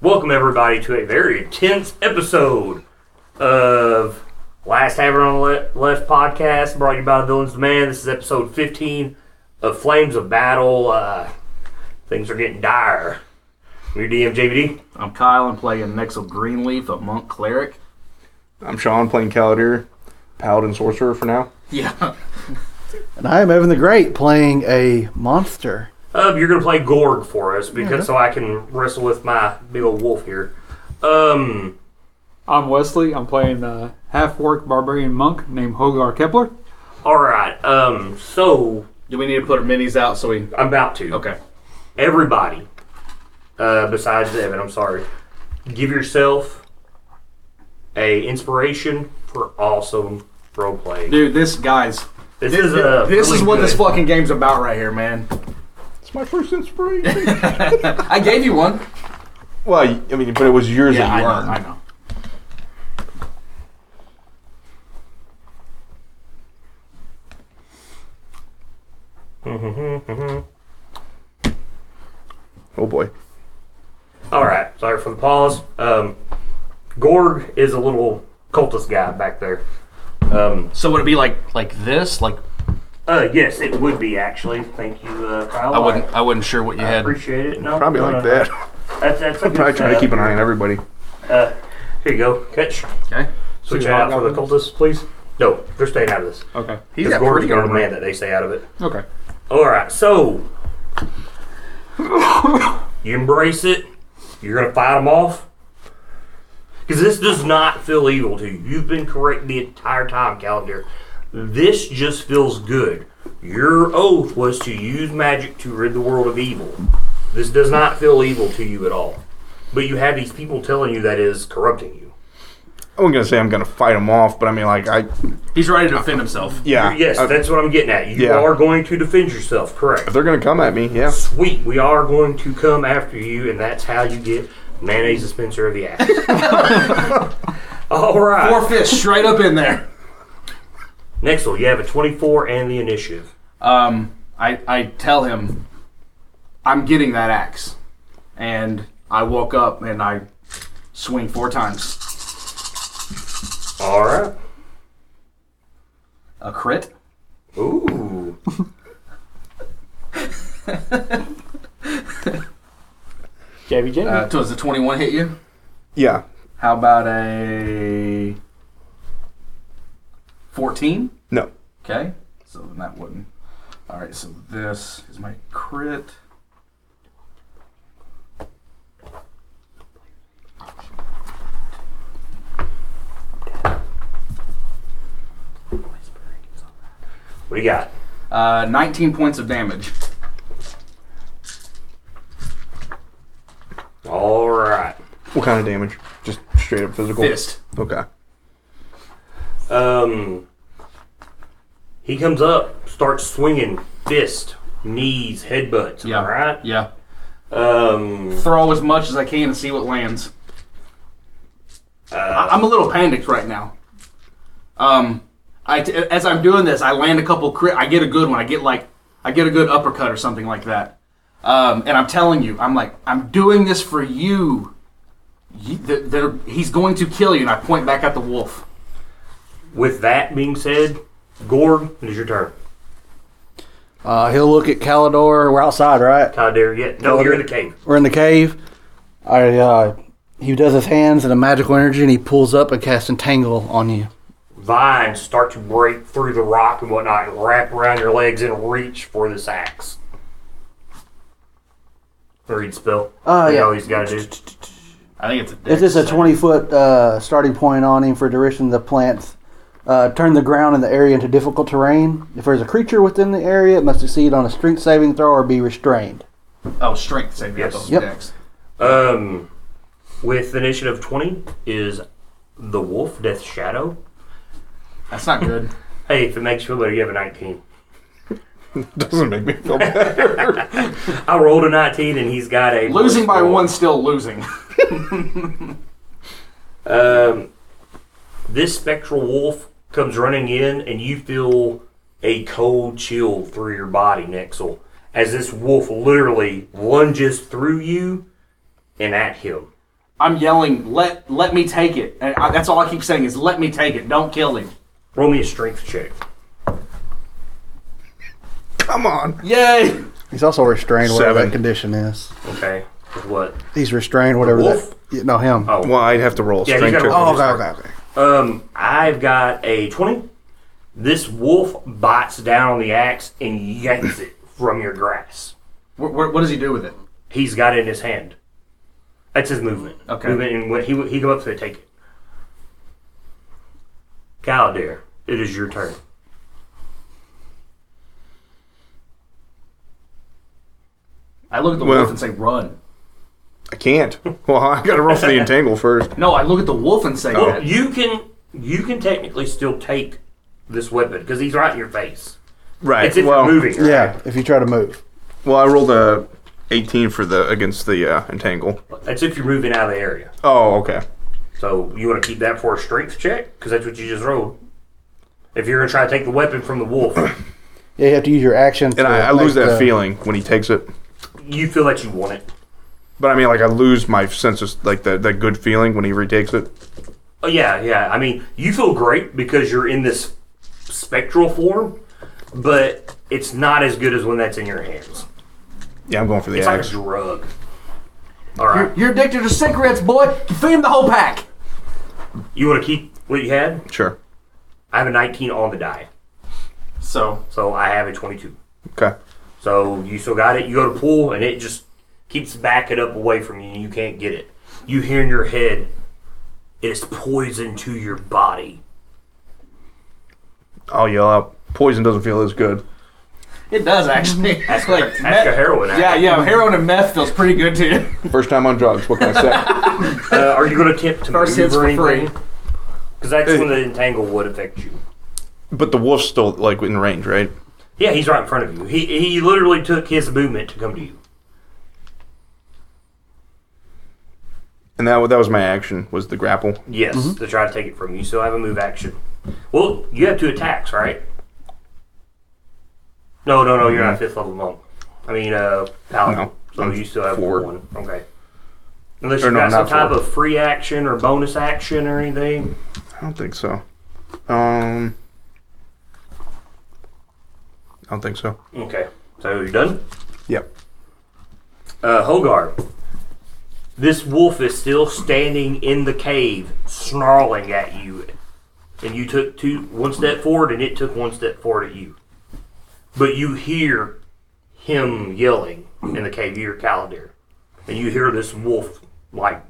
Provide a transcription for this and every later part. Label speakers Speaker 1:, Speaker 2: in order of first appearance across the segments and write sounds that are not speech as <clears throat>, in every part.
Speaker 1: Welcome everybody to a very intense episode of Last Haver on the Le- Left podcast, brought to you by Villains Demand. This is episode 15 of Flames of Battle. Uh, things are getting dire. Your DM JVD.
Speaker 2: I'm Kyle. I'm playing Nexel Greenleaf, a monk cleric.
Speaker 3: I'm Sean playing Caladir, Paladin Sorcerer for now.
Speaker 2: Yeah.
Speaker 4: And I am Evan the Great playing a monster.
Speaker 1: Uh, you're gonna play Gorg for us because so I can wrestle with my big old wolf here. Um,
Speaker 5: I'm Wesley. I'm playing the half orc barbarian monk named Hogar Kepler.
Speaker 1: all right. Um, so
Speaker 2: <laughs> Do we need to put our minis out so we?
Speaker 1: I'm about to.
Speaker 2: Okay.
Speaker 1: everybody, uh, besides Evan, I'm sorry, give yourself a inspiration for awesome roleplay.
Speaker 2: Dude, this guys.
Speaker 1: This is a
Speaker 2: this
Speaker 1: really
Speaker 2: is what
Speaker 1: good-
Speaker 2: this fucking game's about right here, <laughs> man.
Speaker 3: It's my first inspiration.
Speaker 2: I gave you one.
Speaker 3: <laughs> well, I mean, but it was yours
Speaker 2: Yeah,
Speaker 3: that
Speaker 2: I
Speaker 3: you
Speaker 2: know.
Speaker 3: earned.
Speaker 2: I know.
Speaker 1: Mm-hmm.
Speaker 3: Oh boy.
Speaker 1: All right, sorry for the pause. Um, Gorg is a little cultist guy back there. Um,
Speaker 6: So would it be like like this? Like
Speaker 1: uh, yes, it would be actually. Thank you, uh, Kyle.
Speaker 6: I wasn't I wasn't sure what you
Speaker 1: I
Speaker 6: had.
Speaker 1: appreciate it. No,
Speaker 3: Probably
Speaker 1: no,
Speaker 3: like
Speaker 1: no.
Speaker 3: that. <laughs>
Speaker 1: That's, that's a
Speaker 3: I'm
Speaker 1: good
Speaker 3: probably trying to
Speaker 1: setup.
Speaker 3: keep an eye on everybody.
Speaker 1: Uh, here you go. Catch.
Speaker 2: Okay.
Speaker 1: Switch
Speaker 5: you're
Speaker 1: out
Speaker 5: not
Speaker 1: for the cultists, please. No, they're staying out of this.
Speaker 5: Okay.
Speaker 2: He's
Speaker 1: Because
Speaker 2: got
Speaker 1: Gorg's
Speaker 2: pretty
Speaker 1: going to
Speaker 2: armor.
Speaker 1: demand that they stay out of it.
Speaker 5: Okay.
Speaker 1: All right, so
Speaker 2: <laughs>
Speaker 1: you embrace it. You're gonna fight them off because this does not feel evil to you. You've been correct the entire time, Calendar. This just feels good. Your oath was to use magic to rid the world of evil. This does not feel evil to you at all. But you have these people telling you that is corrupting you.
Speaker 3: I wasn't gonna say I'm gonna fight them off, but I mean, like, I
Speaker 2: He's ready to defend himself.
Speaker 3: yeah.
Speaker 1: Yes,
Speaker 2: Uh,
Speaker 3: I-
Speaker 1: that's what I'm getting at. You
Speaker 3: Yeah.
Speaker 1: are going to defend yourself, correct?
Speaker 3: if they're gonna come at me, yeah.
Speaker 1: Sweet, we are going to come after you, and that's how you get mayonnaise dispenser of the ass. <laughs> All right.
Speaker 2: Four fists straight up in there.
Speaker 1: Next one, you have a 24 and the initiative.
Speaker 2: Um, I I tell him, I'm getting that axe, and I woke up and I swing four times.
Speaker 1: All right.
Speaker 2: A crit.
Speaker 1: Ooh.
Speaker 5: Jabby Jabby.
Speaker 2: Uh, does the 21 hit you?
Speaker 3: Yeah.
Speaker 2: How about a 14?
Speaker 3: No.
Speaker 2: Okay, so then that wouldn't. All right, so this is my crit.
Speaker 1: What do you got?
Speaker 2: Uh, 19 points of damage.
Speaker 1: All right.
Speaker 3: What kind of damage? Just straight up physical.
Speaker 2: Fist.
Speaker 3: Okay. <laughs>
Speaker 1: Um, he comes up, starts swinging, fist, knees, headbutts. Am I
Speaker 2: Yeah.
Speaker 1: right?
Speaker 2: Yeah.
Speaker 1: Um,
Speaker 2: Throw as much as I can and see what lands. I- I'm a little panicked right now. Um, I t- as I'm doing this, I land a couple crit. I get a good one. I get like I get a good uppercut or something like that. Um, and I'm telling you, I'm like I'm doing this for you. You- they're- they're- he's going to kill you, and I point back at the wolf.
Speaker 1: with that being said, Gorg, it is your turn.
Speaker 4: Uh, he'll look at Calidor. We're outside, right?
Speaker 1: How dare you? No, you're in the cave.
Speaker 4: We're in the cave. I uh, he does his hands and a magical energy, and he pulls up and casts entangle on you.
Speaker 1: vines start to break through the rock and whatnot and wrap around your legs and reach for this axe. Read spell.
Speaker 4: Oh,
Speaker 1: You
Speaker 4: yeah.
Speaker 1: know he's got to do.
Speaker 2: I think it's a. Dex
Speaker 4: Is this a
Speaker 2: save.
Speaker 4: twenty foot uh, starting point on him for duration of the plants? Uh, turn the ground in the area into difficult terrain. If there's a creature within the area, it must succeed on a strength saving throw or be restrained.
Speaker 2: Oh, strength save. Yes.
Speaker 1: Yes.
Speaker 2: Those
Speaker 4: Yep.
Speaker 2: decks.
Speaker 1: Um, with initiative twenty is the wolf, Death Shadow.
Speaker 2: That's not good.
Speaker 1: Hey, if it makes you feel better, you have a nineteen.
Speaker 3: Doesn't make me feel bad. <laughs>
Speaker 1: I rolled a nineteen and he's got a
Speaker 2: losing by one, still losing. <laughs>
Speaker 1: Um, this spectral wolf comes running in, and you feel a cold chill through your body, Nexel, as this wolf literally lunges through you and at him.
Speaker 2: I'm yelling, "Let let me take it!" And I, that's all I keep saying is, "Let me take it! Don't kill him!"
Speaker 1: Roll me a strength check.
Speaker 3: Come on.
Speaker 2: Yay!
Speaker 4: He's also restrained, whatever
Speaker 3: Seven.
Speaker 4: that condition is.
Speaker 1: Okay. What?
Speaker 4: He's restrained, whatever
Speaker 1: wolf?
Speaker 4: that. Yeah, No, him.
Speaker 1: Oh.
Speaker 3: Well, I'd have to roll a
Speaker 1: Yeah, you
Speaker 3: strength
Speaker 1: gotta
Speaker 3: check.
Speaker 1: roll.
Speaker 4: Oh, okay, okay, okay.
Speaker 1: Um, I've got a 20. This wolf bites down on the axe and yanks it from your grasp.
Speaker 2: What, what, what does he do with it?
Speaker 1: He's got it in his hand. That's his movement.
Speaker 2: Okay.
Speaker 1: Movement, and when he he go up to it, take it. Galadir, it is your turn.
Speaker 2: I look at the
Speaker 3: Well-
Speaker 2: wolf and say, "Run!"
Speaker 3: I can't. Well, <laughs> I gotta roll for the entangle first.
Speaker 2: No, I look at the wolf and say,
Speaker 3: Oh.
Speaker 1: Well,
Speaker 2: that.
Speaker 1: you can you can technically still take this weapon because he's right in your face.
Speaker 3: Right.
Speaker 1: It's if
Speaker 3: well,
Speaker 1: you're moving. Right?
Speaker 4: Yeah, if you try to move.
Speaker 3: well, I rolled a 18 for the against the uh, entangle.
Speaker 1: That's if you're moving out of the area.
Speaker 3: Oh, okay.
Speaker 1: So you want to keep that for a strength check because that's what you just rolled. If you're gonna try to take the weapon from the wolf,
Speaker 4: Yeah, you have to use your action.
Speaker 3: And
Speaker 4: to
Speaker 3: I, I lose
Speaker 4: make
Speaker 3: that
Speaker 4: the-
Speaker 3: feeling when he takes it.
Speaker 1: you feel that you want it.
Speaker 3: But I mean, like I lose my sense of like the, that good feeling when he retakes it.
Speaker 1: Oh yeah, yeah. I mean, you feel great because you're in this spectral form, but it's not as good as when that's in your hands.
Speaker 3: Yeah, I'm going for the
Speaker 1: It's like a
Speaker 3: axe.
Speaker 1: drug. All right,
Speaker 2: You're addicted to cigarettes, boy. Feed him the whole pack.
Speaker 1: you want to keep what you had?
Speaker 3: Sure.
Speaker 1: I have a 19 on the die,
Speaker 2: So
Speaker 1: so I have a 22.
Speaker 3: Okay.
Speaker 1: So you still got it. You go to pull, and it just keeps backing up away from you, and you can't get it. You hear in your head, it is poison to your body.
Speaker 3: I'll yell out. Poison doesn't feel as good.
Speaker 2: it does actually. That's <laughs> like
Speaker 1: That's a heroin.
Speaker 2: Yeah,
Speaker 1: addict.
Speaker 2: yeah. Heroin and meth feels pretty good too.
Speaker 3: First time on drugs. What can I say?
Speaker 1: Uh, are you going to attempt to
Speaker 2: First hits
Speaker 1: maneuver
Speaker 2: for free.
Speaker 1: anything? Because that's when the entangle would affect you.
Speaker 3: but the wolf's still like in range, right?
Speaker 1: Yeah, he's right in front of you. He he literally took his movement to come to you.
Speaker 3: And that wa- that was my action was the grapple.
Speaker 1: Yes, to try to take it from you. You still have a move action. Well, you have two attacks, right? No, no, no. You're not fifth level monk. I mean, uh, paladin.
Speaker 3: Mm-hmm.
Speaker 1: so
Speaker 3: No, I'm
Speaker 1: you still have
Speaker 3: four.
Speaker 1: one. Okay. Unless
Speaker 3: Or
Speaker 1: you
Speaker 3: no,
Speaker 1: got some
Speaker 3: not
Speaker 1: type
Speaker 3: four.
Speaker 1: of free action or bonus action or anything.
Speaker 3: I don't think so. Um, I don't think so.
Speaker 1: Okay. So you're done.
Speaker 3: Yep.
Speaker 1: Uh, Hogar. This wolf is still standing in the cave, snarling at you. And you took two one step forward and it took one step forward at you. But you hear him yelling in the cave, you hear Caladir. And you hear this wolf like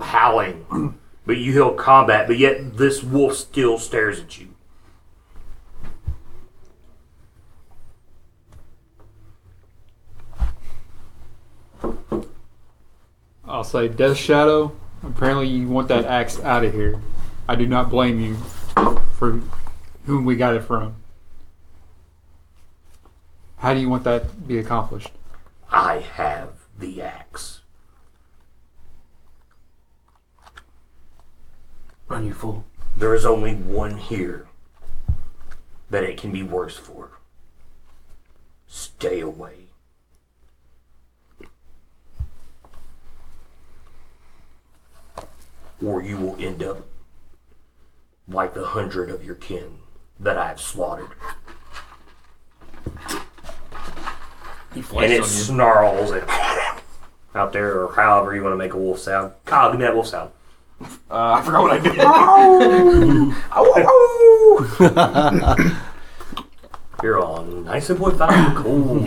Speaker 1: howling. But you hear combat, but yet this wolf still stares at you.
Speaker 5: I'll say, Death Shadow, apparently you want that axe out of here. I do not blame you for whom we got it from. How do you want that to be accomplished?
Speaker 1: I have the axe.
Speaker 2: Run, you fool.
Speaker 1: There is only one here that it can be worse for. Stay away. Or you will end up like the hundred of your kin that I have slaughtered.
Speaker 2: He
Speaker 1: and it
Speaker 2: flies on
Speaker 1: snarls and out there, or however you want to make a wolf sound. Kyle, give me that wolf sound.
Speaker 2: you. Uh, I forgot what I did. Ow! Ow, ow, ow.
Speaker 1: <laughs> You're on 97.5 Cool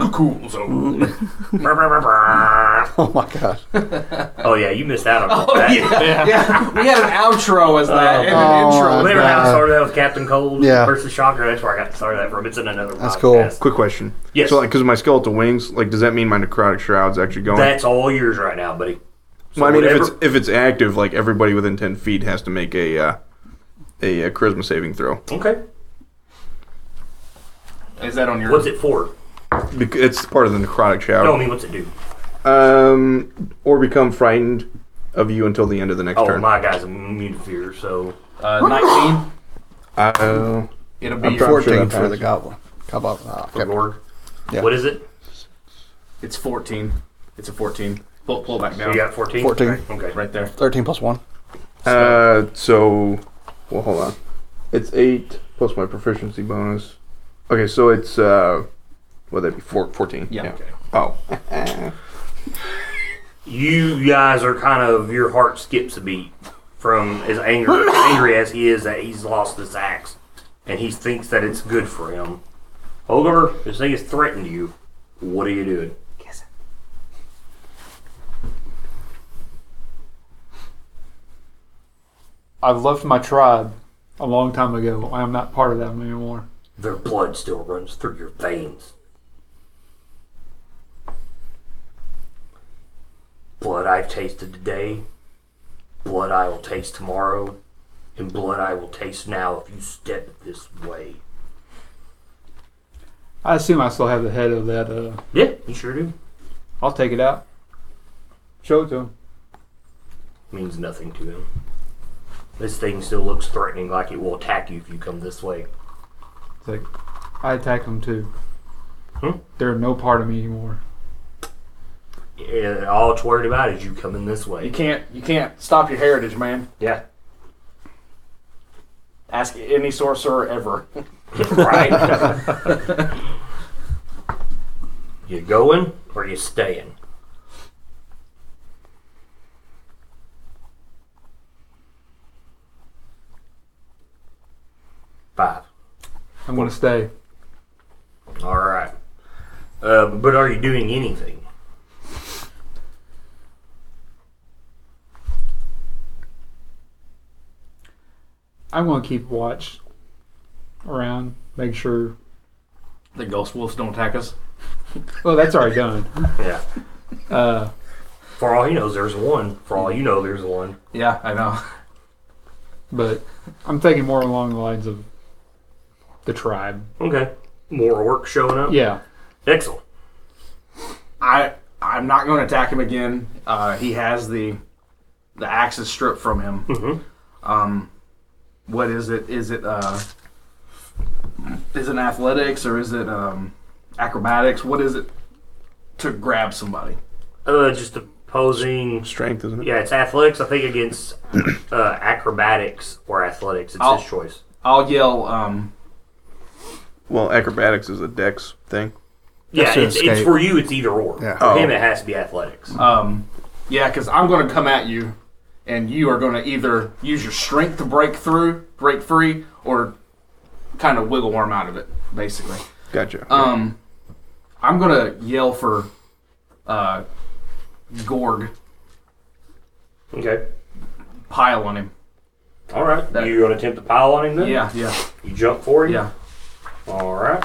Speaker 2: <laughs>
Speaker 1: Zone.
Speaker 2: Cool zone.
Speaker 1: Brr, brr, brr, brr.
Speaker 4: Oh my gosh.
Speaker 1: <laughs> Oh yeah, you missed out on that.
Speaker 2: Yeah. we had an outro as that and an
Speaker 4: Oh,
Speaker 2: intro.
Speaker 4: my
Speaker 1: Remember how I
Speaker 4: God.
Speaker 1: started that with Captain Cold
Speaker 4: Yeah.
Speaker 1: versus Shocker? That's where I got started that from. It's in another
Speaker 4: That's
Speaker 1: podcast.
Speaker 3: Quick question.
Speaker 1: Yes.
Speaker 3: So, like, because of my skeletal wings, like, does that mean my necrotic shroud's actually going?
Speaker 1: That's all yours right now, buddy. So
Speaker 3: well, I mean, if
Speaker 1: whatever-
Speaker 3: it's if it's active, like everybody within ten feet has to make a uh, a, uh charisma saving throw.
Speaker 1: okay.
Speaker 2: Is that on your?
Speaker 1: What's it for?
Speaker 3: Bec- It's part of the necrotic
Speaker 1: No, I
Speaker 3: shroud.
Speaker 1: mean, what's it do?
Speaker 3: Um, or become frightened of you until the end of the next
Speaker 1: Oh,
Speaker 3: turn.
Speaker 1: my guy's immune to fear, so
Speaker 2: Uh, Nineteen.
Speaker 3: Uh,
Speaker 2: It'll be.
Speaker 3: I'm trying- sure
Speaker 4: 14
Speaker 3: that
Speaker 4: for the
Speaker 3: passed.
Speaker 4: goblin. Goblin. Oh, okay.
Speaker 1: Gorg.
Speaker 4: Yeah.
Speaker 1: What is it?
Speaker 2: It's fourteen. It's a fourteen. Pull, pull back
Speaker 1: So
Speaker 2: down.
Speaker 1: you got 14?
Speaker 4: 14.
Speaker 1: Okay.
Speaker 2: Right there.
Speaker 4: 13 plus 1.
Speaker 3: Uh, so, well, hold on. It's eight plus my proficiency bonus. Okay, so it's uh, what that be four, 14.
Speaker 2: Yeah. Okay.
Speaker 3: Oh,
Speaker 1: You guys are kind of, your heart skips a beat from as angry, angry as he is that he's lost his axe and he thinks that it's good for him. Ogre, this thing has threatened you. What are you doing?
Speaker 5: I've left my tribe a long time ago. I'm not part of them anymore.
Speaker 1: Their blood still runs through your veins. Blood I've tasted today, blood I will taste tomorrow, and blood I will taste now if you step this way.
Speaker 5: I assume I still have the head of that. Uh,
Speaker 1: Yeah, you sure do.
Speaker 5: I'll take it out. Show it to him.
Speaker 1: Means nothing to him. This thing still looks threatening, like it will attack you if you come this way.
Speaker 5: It's like, I attack them too.
Speaker 1: Hmm?
Speaker 5: They're no part of me anymore.
Speaker 1: Yeah, all it's worried about is you coming this
Speaker 2: You
Speaker 1: way.
Speaker 2: can't you can't stop your heritage, man.
Speaker 1: Yeah.
Speaker 2: Ask any sorcerer ever. <laughs>
Speaker 1: <laughs> Right. <laughs> you going or you staying? Five.
Speaker 5: I'm going to stay.
Speaker 1: All right. Uh, but are you doing anything?
Speaker 5: I'm going to keep watch around, make sure.
Speaker 2: The ghost wolves don't attack us.
Speaker 5: Well, that's already done.
Speaker 1: <laughs> Yeah.
Speaker 5: Uh,
Speaker 1: For all he knows, there's one. For all you know, there's one.
Speaker 2: Yeah, I know.
Speaker 5: but I'm thinking more along the lines of the tribe.
Speaker 1: Okay. More orcs showing up.
Speaker 5: Yeah.
Speaker 1: Excellent.
Speaker 2: I I'm not going to attack him again. Uh, he has the the axe is stripped from him.
Speaker 1: <laughs> Mhm.
Speaker 2: Um, what is it? Is it uh, is it athletics or is it um, acrobatics? What is it to grab somebody?
Speaker 1: Uh, just opposing.
Speaker 3: strength, isn't it?
Speaker 1: Yeah, it's athletics. I think against uh, acrobatics or athletics. It's
Speaker 2: I'll-
Speaker 1: his choice.
Speaker 2: I'll yell. Um,
Speaker 3: Well, acrobatics is a dex thing.
Speaker 1: Yeah,
Speaker 7: That's an
Speaker 1: it's, it's
Speaker 7: escape.
Speaker 1: for you. It's either or.
Speaker 7: Yeah.
Speaker 1: For
Speaker 3: Oh.
Speaker 1: him, it has to be athletics.
Speaker 2: um, yeah, because I'm going to come at you, and you are going to either use your strength to break through, break free, or kind of wiggle worm out of it, basically.
Speaker 3: Gotcha.
Speaker 2: Um, I'm gonna yell for uh, Gorg
Speaker 1: Okay.
Speaker 2: pile on him.
Speaker 1: All right.
Speaker 2: That-
Speaker 1: You're gonna attempt to pile on him then.
Speaker 2: Yeah, yeah,
Speaker 1: You jump for it.
Speaker 2: yeah.
Speaker 1: All right.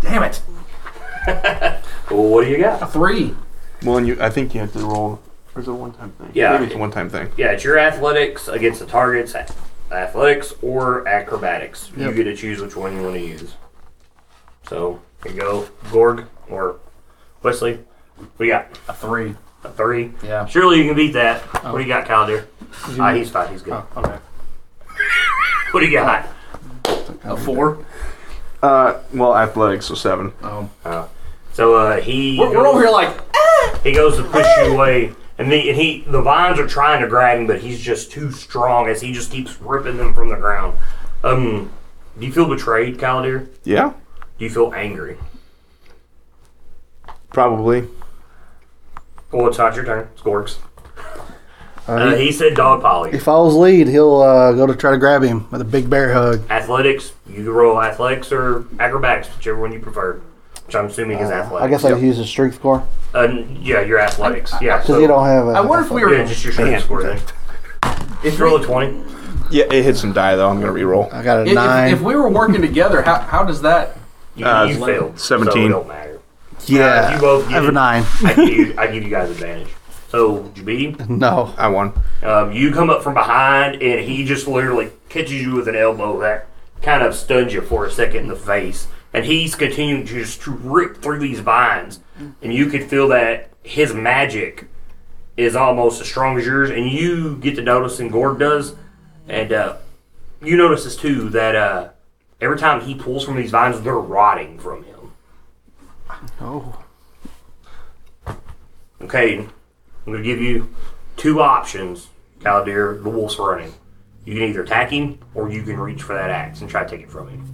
Speaker 2: Damn it!
Speaker 1: Well, what do you got?
Speaker 2: A three.
Speaker 3: well, and you, I think you have to roll. Or is it a one-time thing?
Speaker 1: Yeah.
Speaker 3: Maybe it's a one-time thing.
Speaker 1: Yeah, it's your athletics against the target's a- athletics or acrobatics. You get to choose which one you want to use. So here you go, Gorg or Wesley. We got
Speaker 2: A three.
Speaker 1: a three.
Speaker 2: Yeah. Oh.
Speaker 1: Surely you can beat that. What do you got, Calder? Ah, he's fine. He's good.
Speaker 2: Okay.
Speaker 1: <laughs> What do you got?
Speaker 2: A four.
Speaker 3: Uh, well, athletics, so seven.
Speaker 2: Oh.
Speaker 1: So uh, he.
Speaker 2: We're, we're over here like
Speaker 1: He goes to push you away, and the and he the vines are trying to grab him, but he's just too strong as he just keeps ripping them from the ground. Um, do you feel betrayed, Caldir?
Speaker 3: Yeah,
Speaker 1: Do you feel angry?
Speaker 3: probably.
Speaker 1: Well, it's not your turn. It's Gork's.
Speaker 4: Uh,
Speaker 1: Uh, he said dog poly.
Speaker 4: He follows lead. He'll uh, go to try to grab him with a big bear hug.
Speaker 1: Athletics. You can roll athletics or acrobatics, whichever one you prefer. Which I'm assuming is athletics.
Speaker 4: Uh, I guess I'd use his strength score
Speaker 1: Uh, n- yeah, your athletics. yeah.
Speaker 4: because
Speaker 1: So,
Speaker 4: you don't have. A,
Speaker 2: I wonder if we
Speaker 1: yeah,
Speaker 2: were
Speaker 1: just your strength score
Speaker 4: <laughs>
Speaker 1: then.
Speaker 2: if
Speaker 1: Roll a
Speaker 2: we,
Speaker 1: twenty.
Speaker 3: Yeah, it hit some die though. I'm gonna re-roll.
Speaker 4: I got a
Speaker 2: if,
Speaker 4: nine.
Speaker 2: if we were working together. How how does that?
Speaker 1: You,
Speaker 3: Uh,
Speaker 1: you failed. So it
Speaker 3: 17.
Speaker 1: don't matter.
Speaker 4: yeah,
Speaker 1: you both
Speaker 4: I have
Speaker 1: get
Speaker 4: a
Speaker 1: it.
Speaker 4: nine.
Speaker 1: I give you, I give you guys advantage. So did you beat him?
Speaker 4: <laughs> No,
Speaker 3: I won.
Speaker 1: Um, you come up from behind, and he just literally catches you with an elbow that kind of stuns you for a second in the face. And he's continuing to just to rip through these vines, and you can feel that his magic is almost as strong as yours. And you get to notice, and Gorg does, and uh, you notice this too that uh, every time he pulls from these vines, they're rotting from him. Caden, I'm going to give you two options, Caldeer. The wolf's running. You can either attack him or you can reach for that axe and try to take it from him.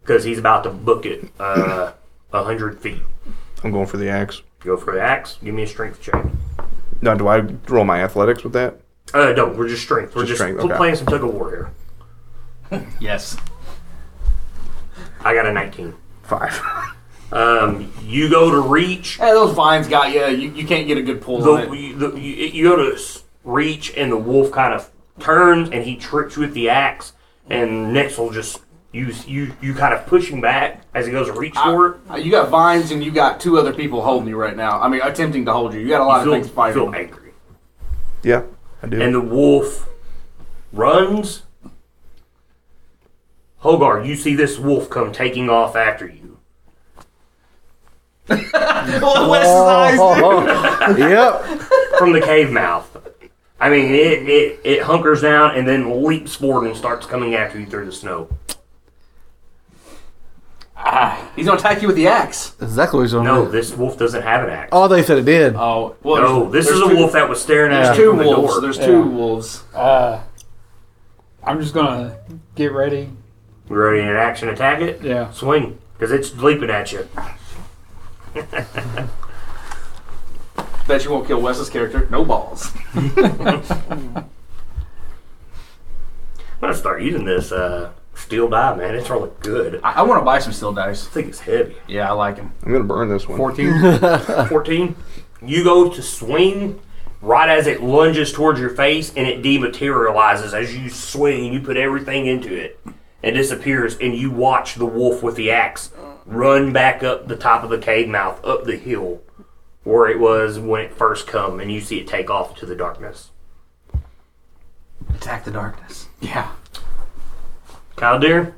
Speaker 1: Because he's about to book it uh, 100 feet.
Speaker 3: I'm going for the axe.
Speaker 1: Go for the axe. Give me a strength check.
Speaker 3: Now, do I roll my athletics with that?
Speaker 1: Uh, no, we're just strength. We're
Speaker 3: Just
Speaker 1: just,
Speaker 3: strength,
Speaker 1: pl-
Speaker 3: okay.
Speaker 1: playing some tug of war here.
Speaker 2: Yes.
Speaker 1: I got a 19.
Speaker 3: Five. <laughs>
Speaker 1: Um, you go to reach.
Speaker 2: Hey, those vines got you. You, you can't get a good pull
Speaker 1: The,
Speaker 2: on it.
Speaker 1: you- the, you, you go to s- reach, and the wolf kind of turns, and he tricks you with the axe. And next will just you you you kind of push him back as he goes to reach for it.
Speaker 2: Uh, You got vines and you got two other people holding you right now. I mean, attempting to hold you. You got a lot
Speaker 1: You feel,
Speaker 2: of things fighting.
Speaker 1: feel angry,
Speaker 3: yeah, I do.
Speaker 1: and the wolf runs. Hogar, you see this wolf come taking off after you.
Speaker 4: Oh,
Speaker 3: yep.
Speaker 1: from the cave mouth. I mean, it, it, it hunkers down and then leaps forward and starts coming after you through the snow.
Speaker 2: He's gonna attack you with the axe.
Speaker 4: Exactly what he's on.
Speaker 1: No, this wolf doesn't have an axe.
Speaker 4: Oh, they said it did.
Speaker 2: Oh, well,
Speaker 1: no, this
Speaker 2: there's-
Speaker 1: is
Speaker 2: there's
Speaker 1: a
Speaker 2: two-
Speaker 1: wolf that was staring at
Speaker 2: There's
Speaker 1: you
Speaker 2: two
Speaker 1: from the
Speaker 2: wolves.
Speaker 1: door.
Speaker 2: There's two
Speaker 5: Yeah.
Speaker 2: wolves.
Speaker 5: Uh, I'm just gonna get ready.
Speaker 1: You ready in action attack it?
Speaker 5: Yeah.
Speaker 1: Swing, because it's leaping at you.
Speaker 2: Bet you won't kill Wes's character. No balls.
Speaker 1: I'm going to start using this uh, steel die, man. It's really good. I
Speaker 2: I, I want to buy some steel dice.
Speaker 1: think it's heavy.
Speaker 2: Yeah, I like him.
Speaker 3: I'm gonna burn this one.
Speaker 5: 14.
Speaker 1: 14. You go to swing right as it lunges towards your face and it dematerializes as you swing and you put everything into it and disappears and you watch the wolf with the axe run back up the top of the cave mouth up the hill where it was when it first come and you see it take off to the darkness.
Speaker 2: Attack the darkness.
Speaker 5: yeah.
Speaker 1: Kyle Deer,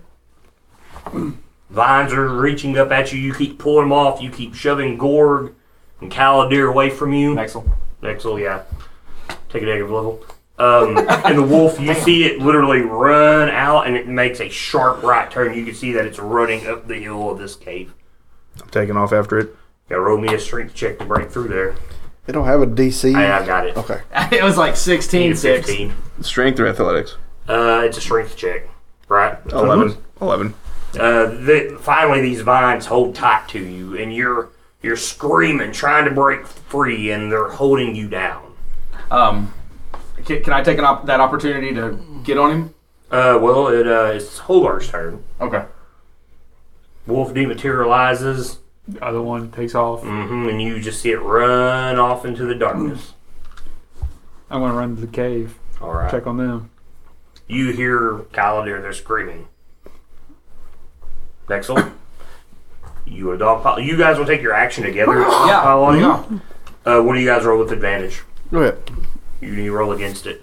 Speaker 1: vines are reaching up at you. You keep pulling them off. You keep shoving Gorg and Kyle Deer away from you.
Speaker 2: Axel.
Speaker 1: Axel, yeah. Take a negative level. Um, <laughs> and the wolf, you see it literally run out, and it makes a sharp right turn. You can see that it's running up the hill of this cave.
Speaker 3: I'm taking off after it.
Speaker 1: Yeah, roll me a strength check to break through there.
Speaker 4: They don't have a DC.
Speaker 1: Hey, I got it.
Speaker 3: Okay.
Speaker 2: <laughs> it was like 16
Speaker 1: Need
Speaker 2: 6.
Speaker 1: 15.
Speaker 3: Strength or athletics?
Speaker 1: Uh, it's a strength check, right?
Speaker 3: 11 Oh, Eleven.
Speaker 1: Uh, the, finally, these vines hold tight to you, and you're you're screaming, trying to break free, and they're holding you down.
Speaker 2: Um, can, can I take an op- that opportunity to get on him?
Speaker 1: Uh, well, it uh, it's Holar's turn.
Speaker 2: Okay.
Speaker 1: Wolf dematerializes.
Speaker 5: The other one takes off.
Speaker 1: hmm and you just see it run off into the darkness.
Speaker 5: I'm gonna run to the cave.
Speaker 1: All right.
Speaker 5: Check on them.
Speaker 1: You hear Kaladir, they're screaming. Nexel, you a dog pile. You guys will take your action together.
Speaker 2: Yeah.
Speaker 1: Pile
Speaker 2: yeah.
Speaker 1: Uh, what do you guys roll with advantage?
Speaker 4: Go
Speaker 5: Oh,
Speaker 4: ahead.
Speaker 1: You need to roll against it.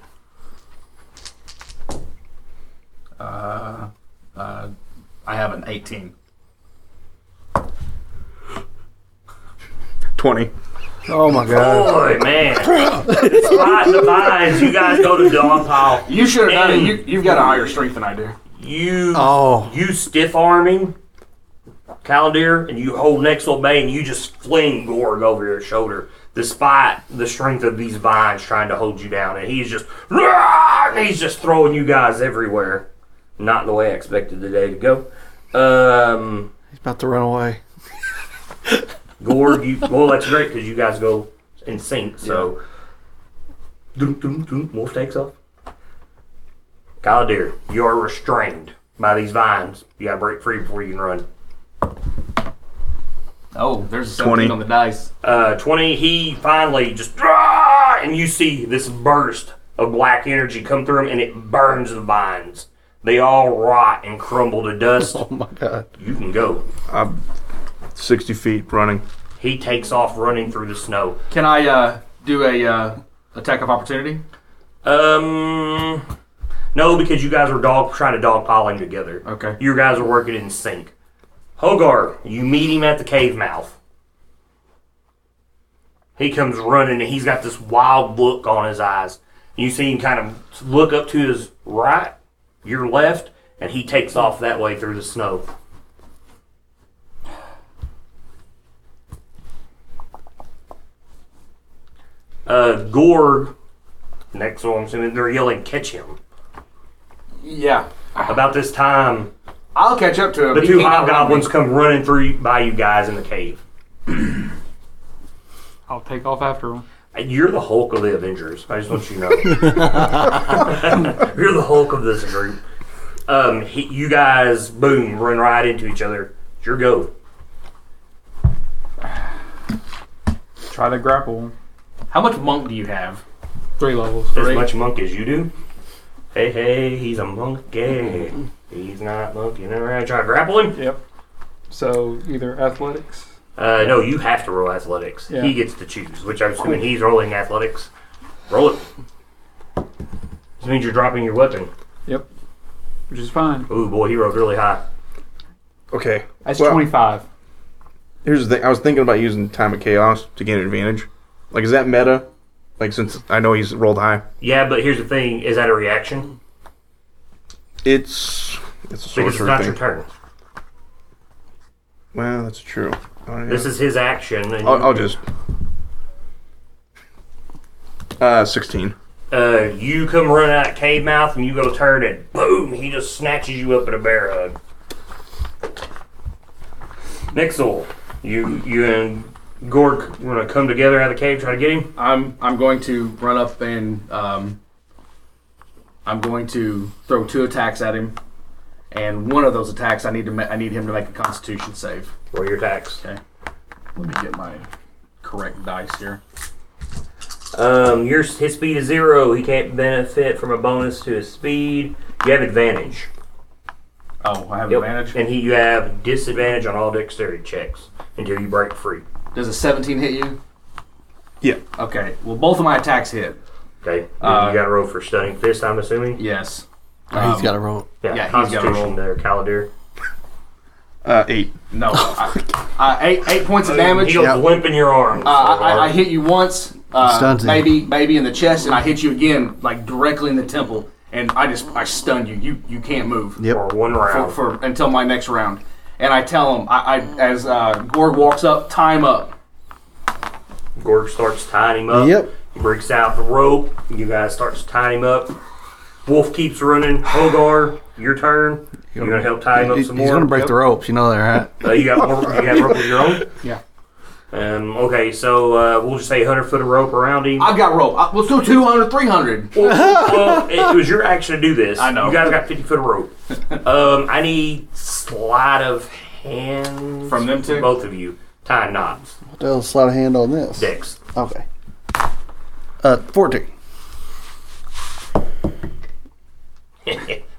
Speaker 2: Uh, uh, I have an 18.
Speaker 3: Twenty.
Speaker 4: Oh my
Speaker 1: Boy,
Speaker 4: god.
Speaker 1: man. it's five to fives. You guys go to dog pile.
Speaker 2: You should have done it.
Speaker 1: And-
Speaker 2: You, you've got a higher strength than I do.
Speaker 1: You
Speaker 4: Oh.
Speaker 1: you stiff arming Caldeer and you hold Nexel Bay and you just fling Gorg over your shoulder, despite the strength of these vines trying to hold you down. And he's just "Rah!" and he's just throwing you guys everywhere. Not the way I expected the day to go. Um,
Speaker 4: He's about to run away.
Speaker 1: Gorg, you, well, that's great because you guys go in sync. So, doom, doom, doom, wolf takes off. Caldeer, you are restrained by these vines. You got to break free before you can run.
Speaker 2: Oh, there's a
Speaker 3: 20.
Speaker 2: 17 on the dice.
Speaker 1: uh, 20, he finally just, "Ah!" and you see this burst of black energy come through him and it burns the vines. They all rot and crumble to dust.
Speaker 4: <laughs> Oh my god.
Speaker 1: You can go.
Speaker 3: I'm sixty feet running.
Speaker 1: He takes off running through the snow.
Speaker 2: Can I uh, do a uh, attack of opportunity?
Speaker 1: Um, no, because you guys were dog trying to dog pile him together.
Speaker 2: Okay.
Speaker 1: You guys are working in sync. Hogar, you meet him at the cave mouth. He comes running and he's got this wild look on his eyes. You see him kind of look up to his right, your left, and he takes off that way through the snow. Uh, Gorg, next one, I'm assuming they're yelling, catch him.
Speaker 2: Yeah.
Speaker 1: About this time,
Speaker 2: I'll catch up to him.
Speaker 1: the
Speaker 2: Ah. He
Speaker 1: two
Speaker 2: can't outrun
Speaker 1: hobgoblins
Speaker 2: me.
Speaker 1: come running through by you guys in the cave.
Speaker 5: I'll take off after him.
Speaker 1: And You're the Hulk of the Avengers. I just want you to know.
Speaker 2: <laughs>
Speaker 1: You're the Hulk of this group. Um, he, you guys, boom, run right into each other. It's your go.
Speaker 5: Try to grapple him.
Speaker 2: How much monk do you have?
Speaker 5: Three levels.
Speaker 1: As
Speaker 2: Great.
Speaker 1: much monk as you do. Hey, hey, he's a monkey. He's not monkeying around. Try to grapple him.
Speaker 5: Yep. So either athletics.
Speaker 1: Uh, no, you have to roll athletics.
Speaker 5: Yeah.
Speaker 1: He gets to choose, which I'm assuming he's rolling athletics. Roll it. This means you're dropping your weapon.
Speaker 5: Yep. Which is fine.
Speaker 1: Ooh, boy, he rolled really high.
Speaker 3: Okay.
Speaker 5: That's
Speaker 3: Well-
Speaker 5: 25.
Speaker 3: Here's the thing. I was thinking about using Time of Chaos to gain an advantage. Like, is that meta? Like, since I know he's rolled high,
Speaker 1: Yeah, but here's the thing: is that a reaction?
Speaker 3: it's it's a
Speaker 1: Because it's
Speaker 3: sorcerer
Speaker 1: not
Speaker 3: thing.
Speaker 1: your turn.
Speaker 3: Well, that's true. Oh, yeah.
Speaker 1: This is his action. And
Speaker 3: I'll, I'll just. Uh, sixteen.
Speaker 1: uh, you come running out of cave mouth, and you go turn, and boom, he just snatches you up in a bear hug. Nixel, you you and Gork want to come together out of the cave, try to get him.
Speaker 2: I'm I'm going to run up and um, I'm going to throw two attacks at him, and one of those attacks I need to ma- I need him to make a Constitution save.
Speaker 1: Roll your attacks.
Speaker 2: Let me get my correct dice here.
Speaker 1: Um, your his speed is zero. He can't benefit from a bonus to his speed. You have advantage.
Speaker 2: Oh, I have advantage.
Speaker 1: And he you have disadvantage on all dexterity checks until you break free.
Speaker 2: Does a 17 hit you?
Speaker 3: Yeah.
Speaker 2: Okay. Well, both of my attacks hit.
Speaker 1: Okay.
Speaker 2: Uh,
Speaker 1: you got to roll for stunning fist. I'm assuming.
Speaker 2: Yes.
Speaker 4: Oh,
Speaker 2: Um,
Speaker 4: he's got to roll.
Speaker 2: yeah, he's gotta
Speaker 1: Constitution
Speaker 2: roll.
Speaker 1: there, Caladir.
Speaker 3: Uh, eight.
Speaker 2: No.
Speaker 4: <laughs>
Speaker 2: I, I, eight eight points of damage.
Speaker 1: He goes limp in your arms.
Speaker 2: Uh, I, I- I hit you once, uh,
Speaker 4: Stuns him.
Speaker 2: maybe maybe in the chest, and I hit you again, like directly in the temple, and I just I stun you. You you can't move
Speaker 4: Yep.
Speaker 1: for one
Speaker 2: for,
Speaker 1: round.
Speaker 2: for until my next round. And I tell him, I, I as uh, Gorg walks up, time up.
Speaker 1: Gorg starts tying him up.
Speaker 4: Yep.
Speaker 1: He breaks out the rope. You guys starts tying him up. Wolf keeps running. Hogar, your turn. You're gonna help tie him up
Speaker 4: He's
Speaker 1: some
Speaker 4: going to
Speaker 1: more.
Speaker 4: break the ropes. You know that, right?
Speaker 1: Uh, you got more, you got rope of your
Speaker 2: <laughs>
Speaker 1: own.
Speaker 5: Yeah.
Speaker 1: Um, okay, so uh, we'll just say 100 foot of rope around him.
Speaker 2: I've got rope. I, let's do 200, 300.
Speaker 1: well, <laughs> well, it, it was your action to do this.
Speaker 2: I know.
Speaker 1: You guys got 50 foot of
Speaker 2: <laughs>
Speaker 1: rope. Um, I need sleight of hand
Speaker 2: From them two?
Speaker 1: Both of you. Tie knots.
Speaker 4: What the hell? Slide a hand on this.
Speaker 1: Dex.
Speaker 4: Okay. Uh, 14.
Speaker 1: <laughs>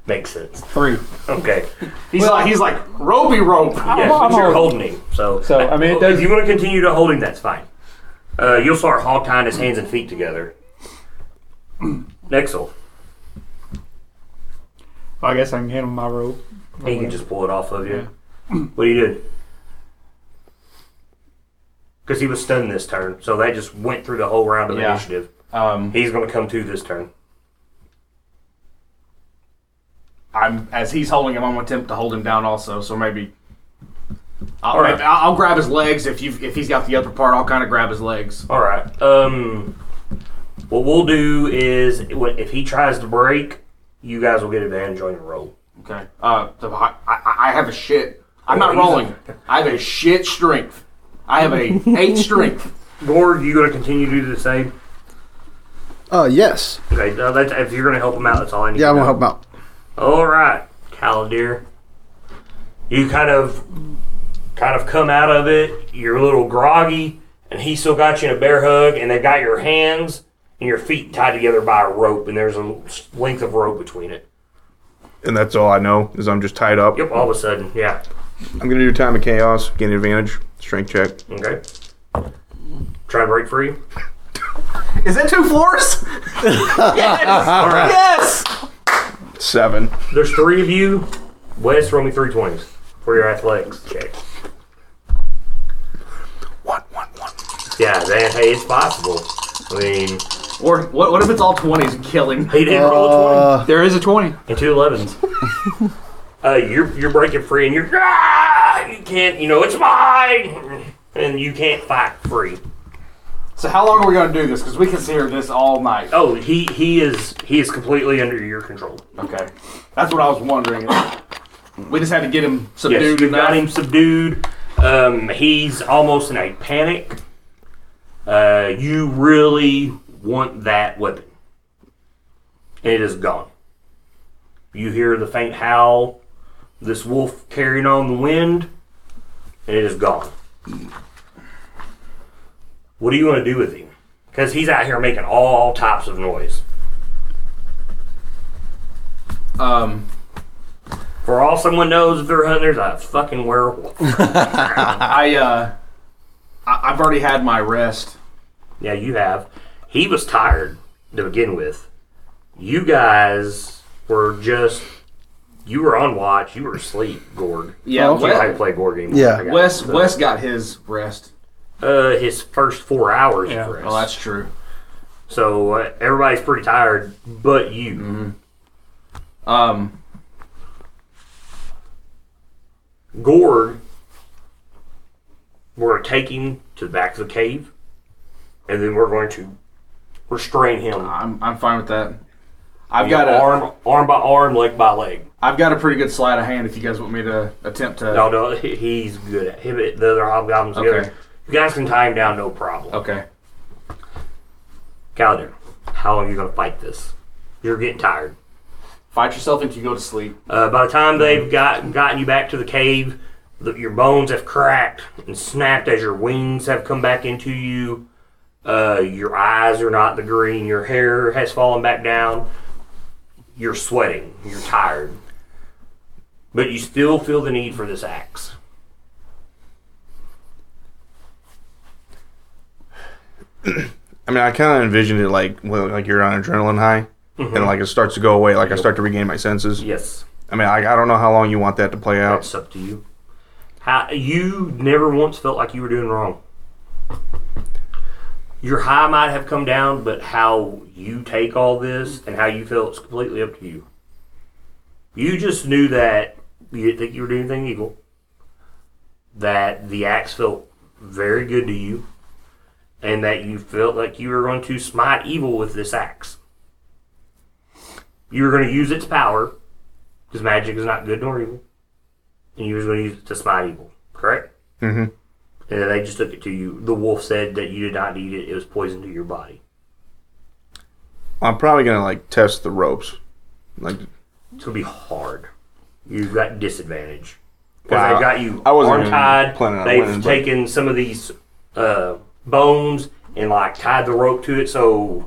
Speaker 1: Makes sense.
Speaker 5: Three.
Speaker 1: Okay.
Speaker 2: He's like he's like ropey rope.
Speaker 1: Yeah,
Speaker 5: I'm
Speaker 1: but you're
Speaker 5: holding.
Speaker 1: holding him. So,
Speaker 5: So, I mean, it does-
Speaker 1: if you want to continue to hold him, that's fine. Uh, you'll start hog tying his hands and feet together. <clears throat> Nexel.
Speaker 5: I guess I can handle my rope.
Speaker 1: He can just pull it off of you. <clears throat> What he did? Because he was stunned this turn, so that just went through the whole round of
Speaker 2: Yeah.
Speaker 1: initiative.
Speaker 2: Um,
Speaker 1: He's going to come to this turn.
Speaker 2: I'm as he's holding him, I'm gonna attempt to hold him down also. So maybe. I'll,
Speaker 1: All right.
Speaker 2: I'll I'll grab his legs if you if he's got the upper part. I'll kind of grab his legs.
Speaker 1: All right. Um, what we'll do is wh- if he tries to break, you guys will get advantage on your roll.
Speaker 2: Okay. Uh, the, I, I I have a shit. I'm not
Speaker 1: Oh, he's-
Speaker 2: rolling. I have a shit strength. I have <laughs> a eight strength.
Speaker 1: Gorg, you going to continue to do the same?
Speaker 4: Uh, yes.
Speaker 1: Okay. now that's, if you're going to help him out, that's all I need.
Speaker 4: Yeah,
Speaker 1: to
Speaker 4: I'm going to
Speaker 1: know.
Speaker 4: help him out.
Speaker 1: All right, Caladir. You kind of, kind of come out of it. You're a little groggy, and he still got you in a bear hug, and they got your hands and your feet tied together by a rope, and there's a length of rope between it.
Speaker 3: And that's all I know is I'm just tied up.
Speaker 1: Yep. All of a sudden, yeah.
Speaker 3: I'm gonna do Time of Chaos, gain an advantage, strength check.
Speaker 1: Okay. Try to break free.
Speaker 2: Is that two <laughs> floors? <laughs>
Speaker 3: All right.
Speaker 2: Yes.
Speaker 3: Seven.
Speaker 1: There's three of you. Wes, roll me three twenties for your athletics check.
Speaker 3: One, one, one.
Speaker 1: Yeah, man. Hey, it's possible. I mean,
Speaker 2: Or what? What if it's all twenties and killing?
Speaker 1: he didn't roll a twenty.
Speaker 4: Uh,
Speaker 5: There is a 20.
Speaker 1: and two 11s. uh, you're you're breaking free, and you're ah, you can't you know it's mine, and you can't fight free.
Speaker 2: So how long are we going to do this? Because we can hear this all night.
Speaker 1: Oh, he he is he is completely under your control.
Speaker 2: Okay, that's what I was wondering. We just had to get him
Speaker 1: Yes,
Speaker 2: subdued.
Speaker 1: you've got
Speaker 2: enough.
Speaker 1: him subdued. Um, he's almost in a panic. Uh, you really want that weapon. It is gone. You hear the faint howl, this wolf carrying on the wind, and it is gone. What do you want to do with him? Because he's out here making all types of noise.
Speaker 2: Um,
Speaker 1: For all someone knows, if they're hunting, there's a fucking werewolf. <laughs>
Speaker 2: I uh, I, I've already had my rest.
Speaker 1: Yeah, you have. He was tired to begin with. You guys were just you were on watch, you were asleep, Gorg.
Speaker 2: Yeah,
Speaker 4: Oh,
Speaker 1: You know how you
Speaker 2: Wes,
Speaker 1: play Gorg anymore.
Speaker 4: Yeah.
Speaker 1: I got
Speaker 2: Wes,
Speaker 1: it.
Speaker 2: Wes got his rest.
Speaker 1: Uh, his first four hours
Speaker 5: Yeah.
Speaker 1: of rest.
Speaker 2: Well, that's true.
Speaker 1: so uh, everybody's pretty tired, but you.
Speaker 2: Mm-hmm. Um,
Speaker 1: Gorg we're taking to the back of the cave, and then we're going to restrain him.
Speaker 2: I'm I'm fine with that. I've
Speaker 1: You
Speaker 2: got a
Speaker 1: arm, arm by arm, leg by leg.
Speaker 2: I've got a pretty good sleight of hand. If you guys want me to attempt to,
Speaker 1: No, no, he- he's good at him. and The other hobgoblins
Speaker 2: Okay.
Speaker 1: together. You guys can tie him down, no problem.
Speaker 2: okay.
Speaker 1: Calder, how long are you gonna fight this? You're getting tired.
Speaker 2: Fight yourself until you go to sleep.
Speaker 1: Uh, by the time
Speaker 2: Mm-hmm.
Speaker 1: they've got gotten you back to the cave, the, your bones have cracked and snapped as your wings have come back into you. Uh, your eyes are not the green. Your hair has fallen back down. You're sweating. You're tired. But you still feel the need for this axe.
Speaker 3: I mean, I kind of envisioned it like well, like you're on adrenaline high, and like it starts to go away. Like I start to regain my senses.
Speaker 1: Yes.
Speaker 3: I mean, I, I don't know how long you want that to play out.
Speaker 1: That's up to you. How you never once felt like you were doing wrong. Your high might have come down, but how you take all this and how you feel is completely up to you. You just knew that you didn't think you were doing anything evil. That the axe felt very good to you, and that you felt like you were going to smite evil with this axe. You were going to use its power, because magic is not good nor evil and you was going to use it to smite evil, correct?
Speaker 3: Mhm.
Speaker 1: And then they just took it to you. The wolf said that you did not need it; it was poison to your body.
Speaker 3: I'm probably gonna like test the ropes. Like
Speaker 1: It's going to be hard. You've got disadvantage because
Speaker 3: Wow.
Speaker 1: they got you
Speaker 3: I wasn't
Speaker 1: arm tied.
Speaker 3: even planning on
Speaker 1: They've
Speaker 3: winning, but-
Speaker 1: taken some of these uh, bones and like tied the rope to it, so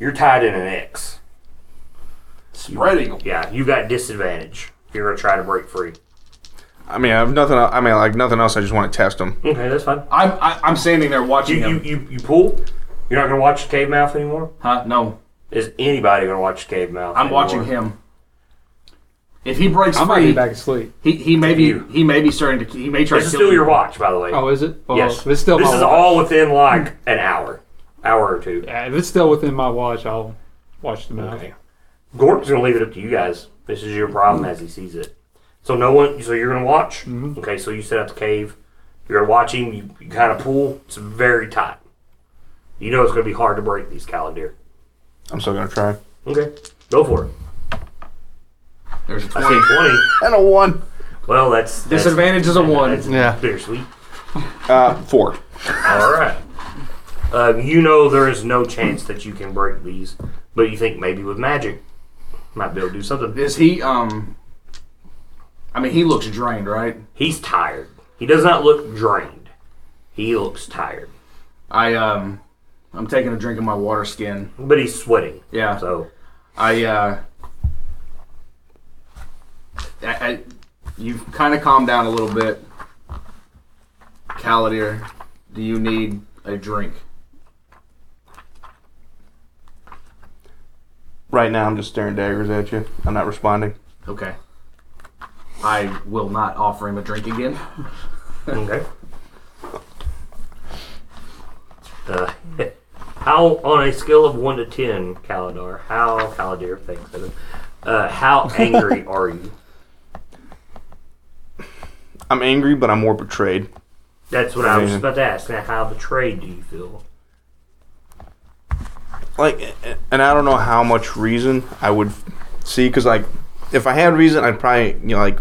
Speaker 1: you're tied in an X.
Speaker 2: Spread eagle.
Speaker 1: Yeah, you got disadvantage. You're going to try to break free.
Speaker 3: I mean, I have nothing. el- I mean, like nothing else. I just want to test them.
Speaker 1: Okay, that's fine.
Speaker 2: I'm I, I'm standing there watching
Speaker 1: You you
Speaker 2: him.
Speaker 1: you, you pull. You're not going to watch Cave Mouth anymore.
Speaker 2: Huh? No,
Speaker 1: Is anybody going to watch Cave Mouth?
Speaker 2: I'm
Speaker 1: anymore?
Speaker 2: watching him. If he breaks
Speaker 5: I might be
Speaker 2: free,
Speaker 5: back asleep.
Speaker 2: he he may be he may be starting to he may try
Speaker 1: This
Speaker 2: to
Speaker 1: is
Speaker 2: kill
Speaker 1: still
Speaker 2: you.
Speaker 1: your watch, by the way.
Speaker 5: Oh, is it? Well,
Speaker 1: yes.
Speaker 5: If it's still
Speaker 1: this
Speaker 5: my
Speaker 1: is
Speaker 5: watch,
Speaker 1: all within like an hour, hour or two.
Speaker 5: Yeah, if it's still within my watch, I'll watch the mouth.
Speaker 1: Okay. Gork's gonna leave it up to you guys. This is your problem as he sees it. So no one. So you're gonna watch.
Speaker 5: Mm-hmm.
Speaker 1: Okay. So you set up the cave. You're gonna watch him. You, you kind of pull. It's very tight. You know it's gonna be hard to break these calendar.
Speaker 3: I'm still gonna try.
Speaker 1: Okay. Go for it.
Speaker 2: There's a
Speaker 1: I
Speaker 2: 20.
Speaker 1: see twenty.
Speaker 3: And a one.
Speaker 1: Well, that's, that's
Speaker 2: Disadvantage is a one.
Speaker 1: That's
Speaker 4: Yeah.
Speaker 1: bittersweet.
Speaker 3: Uh, four.
Speaker 1: All right. Um, you know there is no chance that you can break these, but you think maybe with magic might be able to do something.
Speaker 2: Is he um? I mean, he looks drained, right?
Speaker 1: He's tired. He does not look drained. He looks tired,
Speaker 2: I um, I'm taking a drink of my water skin.
Speaker 1: but he's sweating.
Speaker 2: Yeah.
Speaker 1: So
Speaker 2: I uh, I, I you've kind of calmed down a little bit. Caladir, do you need a drink?
Speaker 3: Right now, I'm just staring daggers at you. I'm not responding.
Speaker 2: Okay. I will not offer him a drink again.
Speaker 1: okay. Uh, <laughs> how on a scale of one to ten, Calidar? How Caladir thinks of it? Uh, how angry are you?
Speaker 3: I'm angry, but I'm more betrayed.
Speaker 1: That's what I was
Speaker 3: Mhm.
Speaker 1: about to ask. Now, how betrayed do you feel?
Speaker 3: like, and I don't know how much reason I would see because like, if I had reason, I'd probably you know like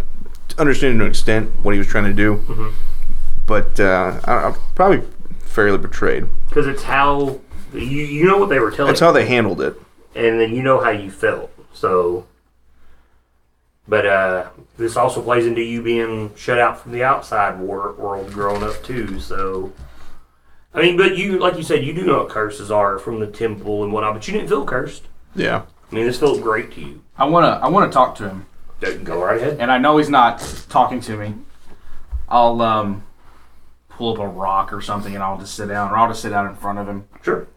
Speaker 3: understand to an extent what he was trying to do, but uh, I, I'm probably fairly betrayed.
Speaker 1: because it's how you you know what they were telling
Speaker 3: That's how they handled it.
Speaker 1: you, and then you know how you felt. So, but uh, this also plays into you being shut out from the outside wor- world growing up too. So, I mean, but you like you said, you do know what curses are from the temple and whatnot, but you didn't feel cursed.
Speaker 3: Yeah.
Speaker 1: I mean, this felt great to you.
Speaker 2: I wanna I wanna talk to him,
Speaker 1: Go right ahead.
Speaker 2: and I know he's not talking to me. I'll um pull up a rock or something, and I'll just sit down, or I'll just sit down in front of him,
Speaker 1: Sure.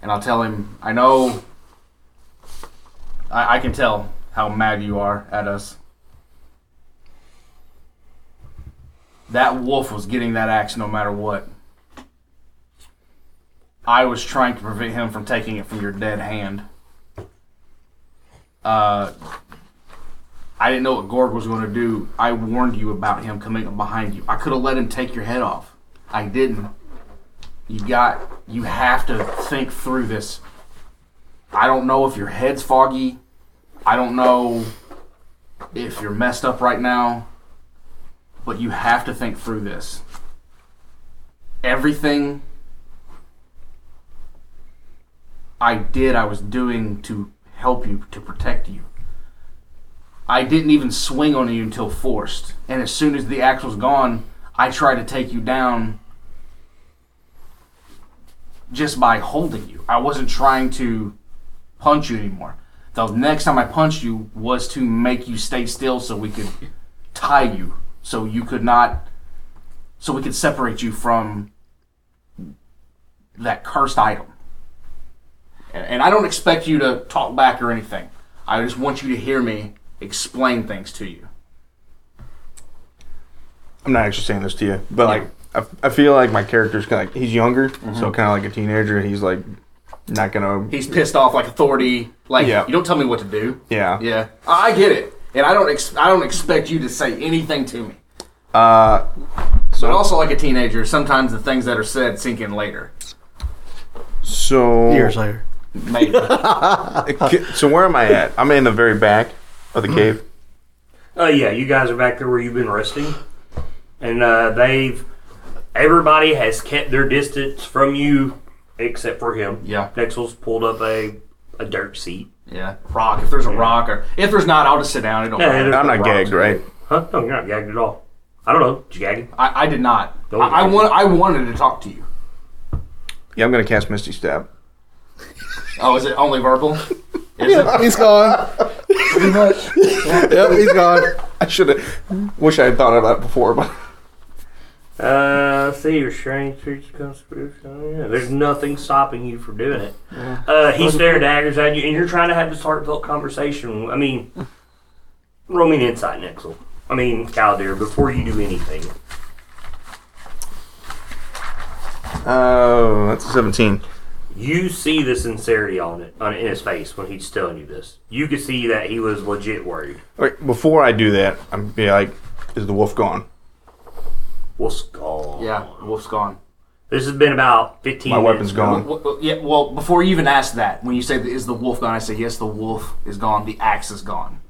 Speaker 2: and I'll tell him I know. I, I can tell how mad you are at us. That wolf was getting that axe no matter what. I was trying to prevent him from taking it from your dead hand. Uh, I didn't know what Gorg was going to do. I warned you about him coming up behind you. I could have let him take your head off. I didn't. You got. You have to think through this. I don't know if your head's foggy. I don't know if you're messed up right now. But you have to think through this. Everything I did, I was doing to help you, to protect you. I didn't even swing on you until forced. And as soon as the axe was gone, I tried to take you down just by holding you. I wasn't trying to punch you anymore. The next time I punched you was to make you stay still so we could tie you, so you could not, so we could separate you from that cursed item. And, and I don't expect you to talk back or anything. I just want you to hear me explain things to you.
Speaker 3: I'm not actually saying this to you, but like I, I feel like my character's kind of like he's younger, so kind of like a teenager. and He's like not gonna
Speaker 2: He's pissed off, like authority. Like
Speaker 3: Yeah.
Speaker 2: you don't tell me what to do.
Speaker 3: yeah
Speaker 2: Yeah, I I get it, and I don't ex- I don't expect you to say anything to me.
Speaker 3: Uh,
Speaker 2: But also, like a teenager, sometimes the things that are said sink in later.
Speaker 3: so
Speaker 4: Years later.
Speaker 2: Maybe.
Speaker 3: so where am I at? I'm in the very back of the cave.
Speaker 1: Oh yeah, you guys are back there where you've been resting, and uh, they've everybody has kept their distance from you except for him.
Speaker 2: Yeah.
Speaker 1: Nexel's pulled up a a dirt seat.
Speaker 2: yeah, rock. If there's a rock, or if there's not, I'll just sit down. It don't
Speaker 1: Yeah,
Speaker 2: matter.
Speaker 1: there's
Speaker 3: I'm
Speaker 1: no
Speaker 3: not
Speaker 1: rocks.
Speaker 3: gagged, right?
Speaker 1: Huh? No, you're not gagged at all. I don't know. Did you gag him?
Speaker 2: I, I did not. I,
Speaker 1: Don't
Speaker 2: I
Speaker 1: worry.
Speaker 2: want. I wanted to talk to you.
Speaker 3: Yeah, I'm gonna cast Misty Step.
Speaker 2: Oh, is it only
Speaker 3: <laughs>
Speaker 2: verbal? Is it?
Speaker 3: He's gone. yep, <laughs> he's gone. I should have. Wish I had thought of that before, but
Speaker 1: Uh, let's see your strange creature comes through. Oh, yeah. There's nothing stopping you from doing it. Uh, he's staring daggers at you, and you're trying to have this heartfelt conversation. I mean, roll me an insight, Nexel. I mean, Caldir, before you do anything.
Speaker 3: oh, that's a 17.
Speaker 1: You see the sincerity on it on in his face when he's telling you this. You could see that he was legit worried.
Speaker 3: Alright, before I do that, I'm be like, is the wolf gone?
Speaker 1: What's gone?
Speaker 2: Yeah, wolf's gone.
Speaker 1: This has been about fifteen.
Speaker 3: My weapon's
Speaker 1: minutes.
Speaker 3: gone.
Speaker 2: Well, well, yeah. Well, before you even ask that, when you say is the wolf gone, I say yes, the wolf is gone. The axe is gone.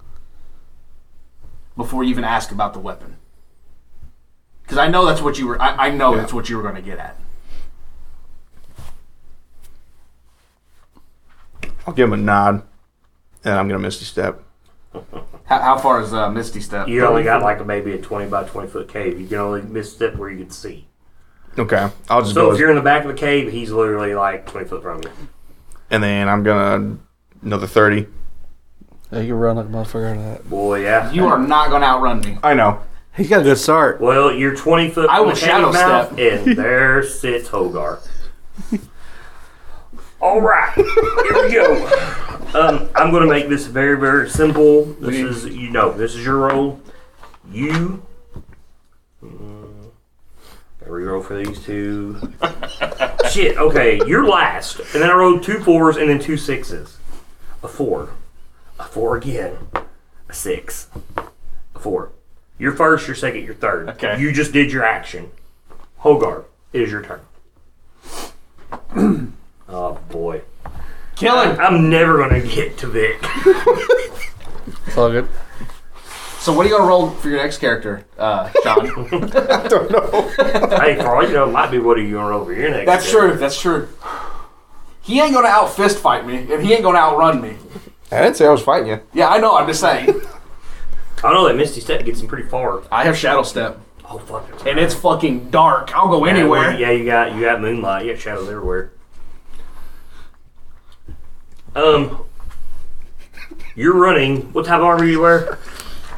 Speaker 2: Before you even ask about the weapon, because I know that's what you were. I, I know that's what you were going to get at.
Speaker 3: I'll give him a nod, and I'm gonna Misty Step.
Speaker 2: How, how far is uh, Misty step?
Speaker 1: You only got like a, maybe a twenty by twenty foot cave. You can only misstep where you can see.
Speaker 3: Okay, I'll just
Speaker 1: So
Speaker 3: go.
Speaker 1: if you're in the back of the cave, he's literally like twenty foot from you.
Speaker 3: and then I'm gonna another 30.
Speaker 4: Yeah, you can run like a motherfucker out of that.
Speaker 1: Boy, yeah.
Speaker 2: You are not going to outrun me.
Speaker 3: I know.
Speaker 4: He's got a good start.
Speaker 1: well, you're twenty foot.
Speaker 2: I
Speaker 1: from
Speaker 2: will
Speaker 1: the cave
Speaker 2: shadow
Speaker 1: mouth, and there sits Hogar. <laughs> All right, here we go. Um, I'm going to make this very, very simple. This is, you know, this is your role. You. mm, I reroll for these two. Shit. Okay, you're last, and then I rolled two fours and then two sixes. A four, a four again, a six, a four. You're first. You're second. You're third.
Speaker 2: Okay.
Speaker 1: You just did your action. <clears throat> Hogarth, it is your turn. oh boy.
Speaker 2: Kill him.
Speaker 1: I'm never gonna get to Vic. <laughs>
Speaker 5: It's all good.
Speaker 2: So what are you gonna roll for your next character, uh, John? <laughs>
Speaker 1: hey, Carl, you know, it might be what are you gonna roll for your next?
Speaker 2: That's
Speaker 1: year.
Speaker 2: true. That's true. He ain't gonna out fist fight me, and he ain't gonna outrun me.
Speaker 3: I didn't say I was fighting you.
Speaker 2: Yeah, I know. I'm just saying.
Speaker 1: I know that Misty Step gets him pretty far.
Speaker 2: <laughs> I have Shadow Step,
Speaker 1: Oh fuck. that's
Speaker 2: and it's fucking dark. I'll go
Speaker 1: right.
Speaker 2: anywhere.
Speaker 1: Yeah, you got you got moonlight. You got shadows everywhere. Um, you're running. What type of armor you wear?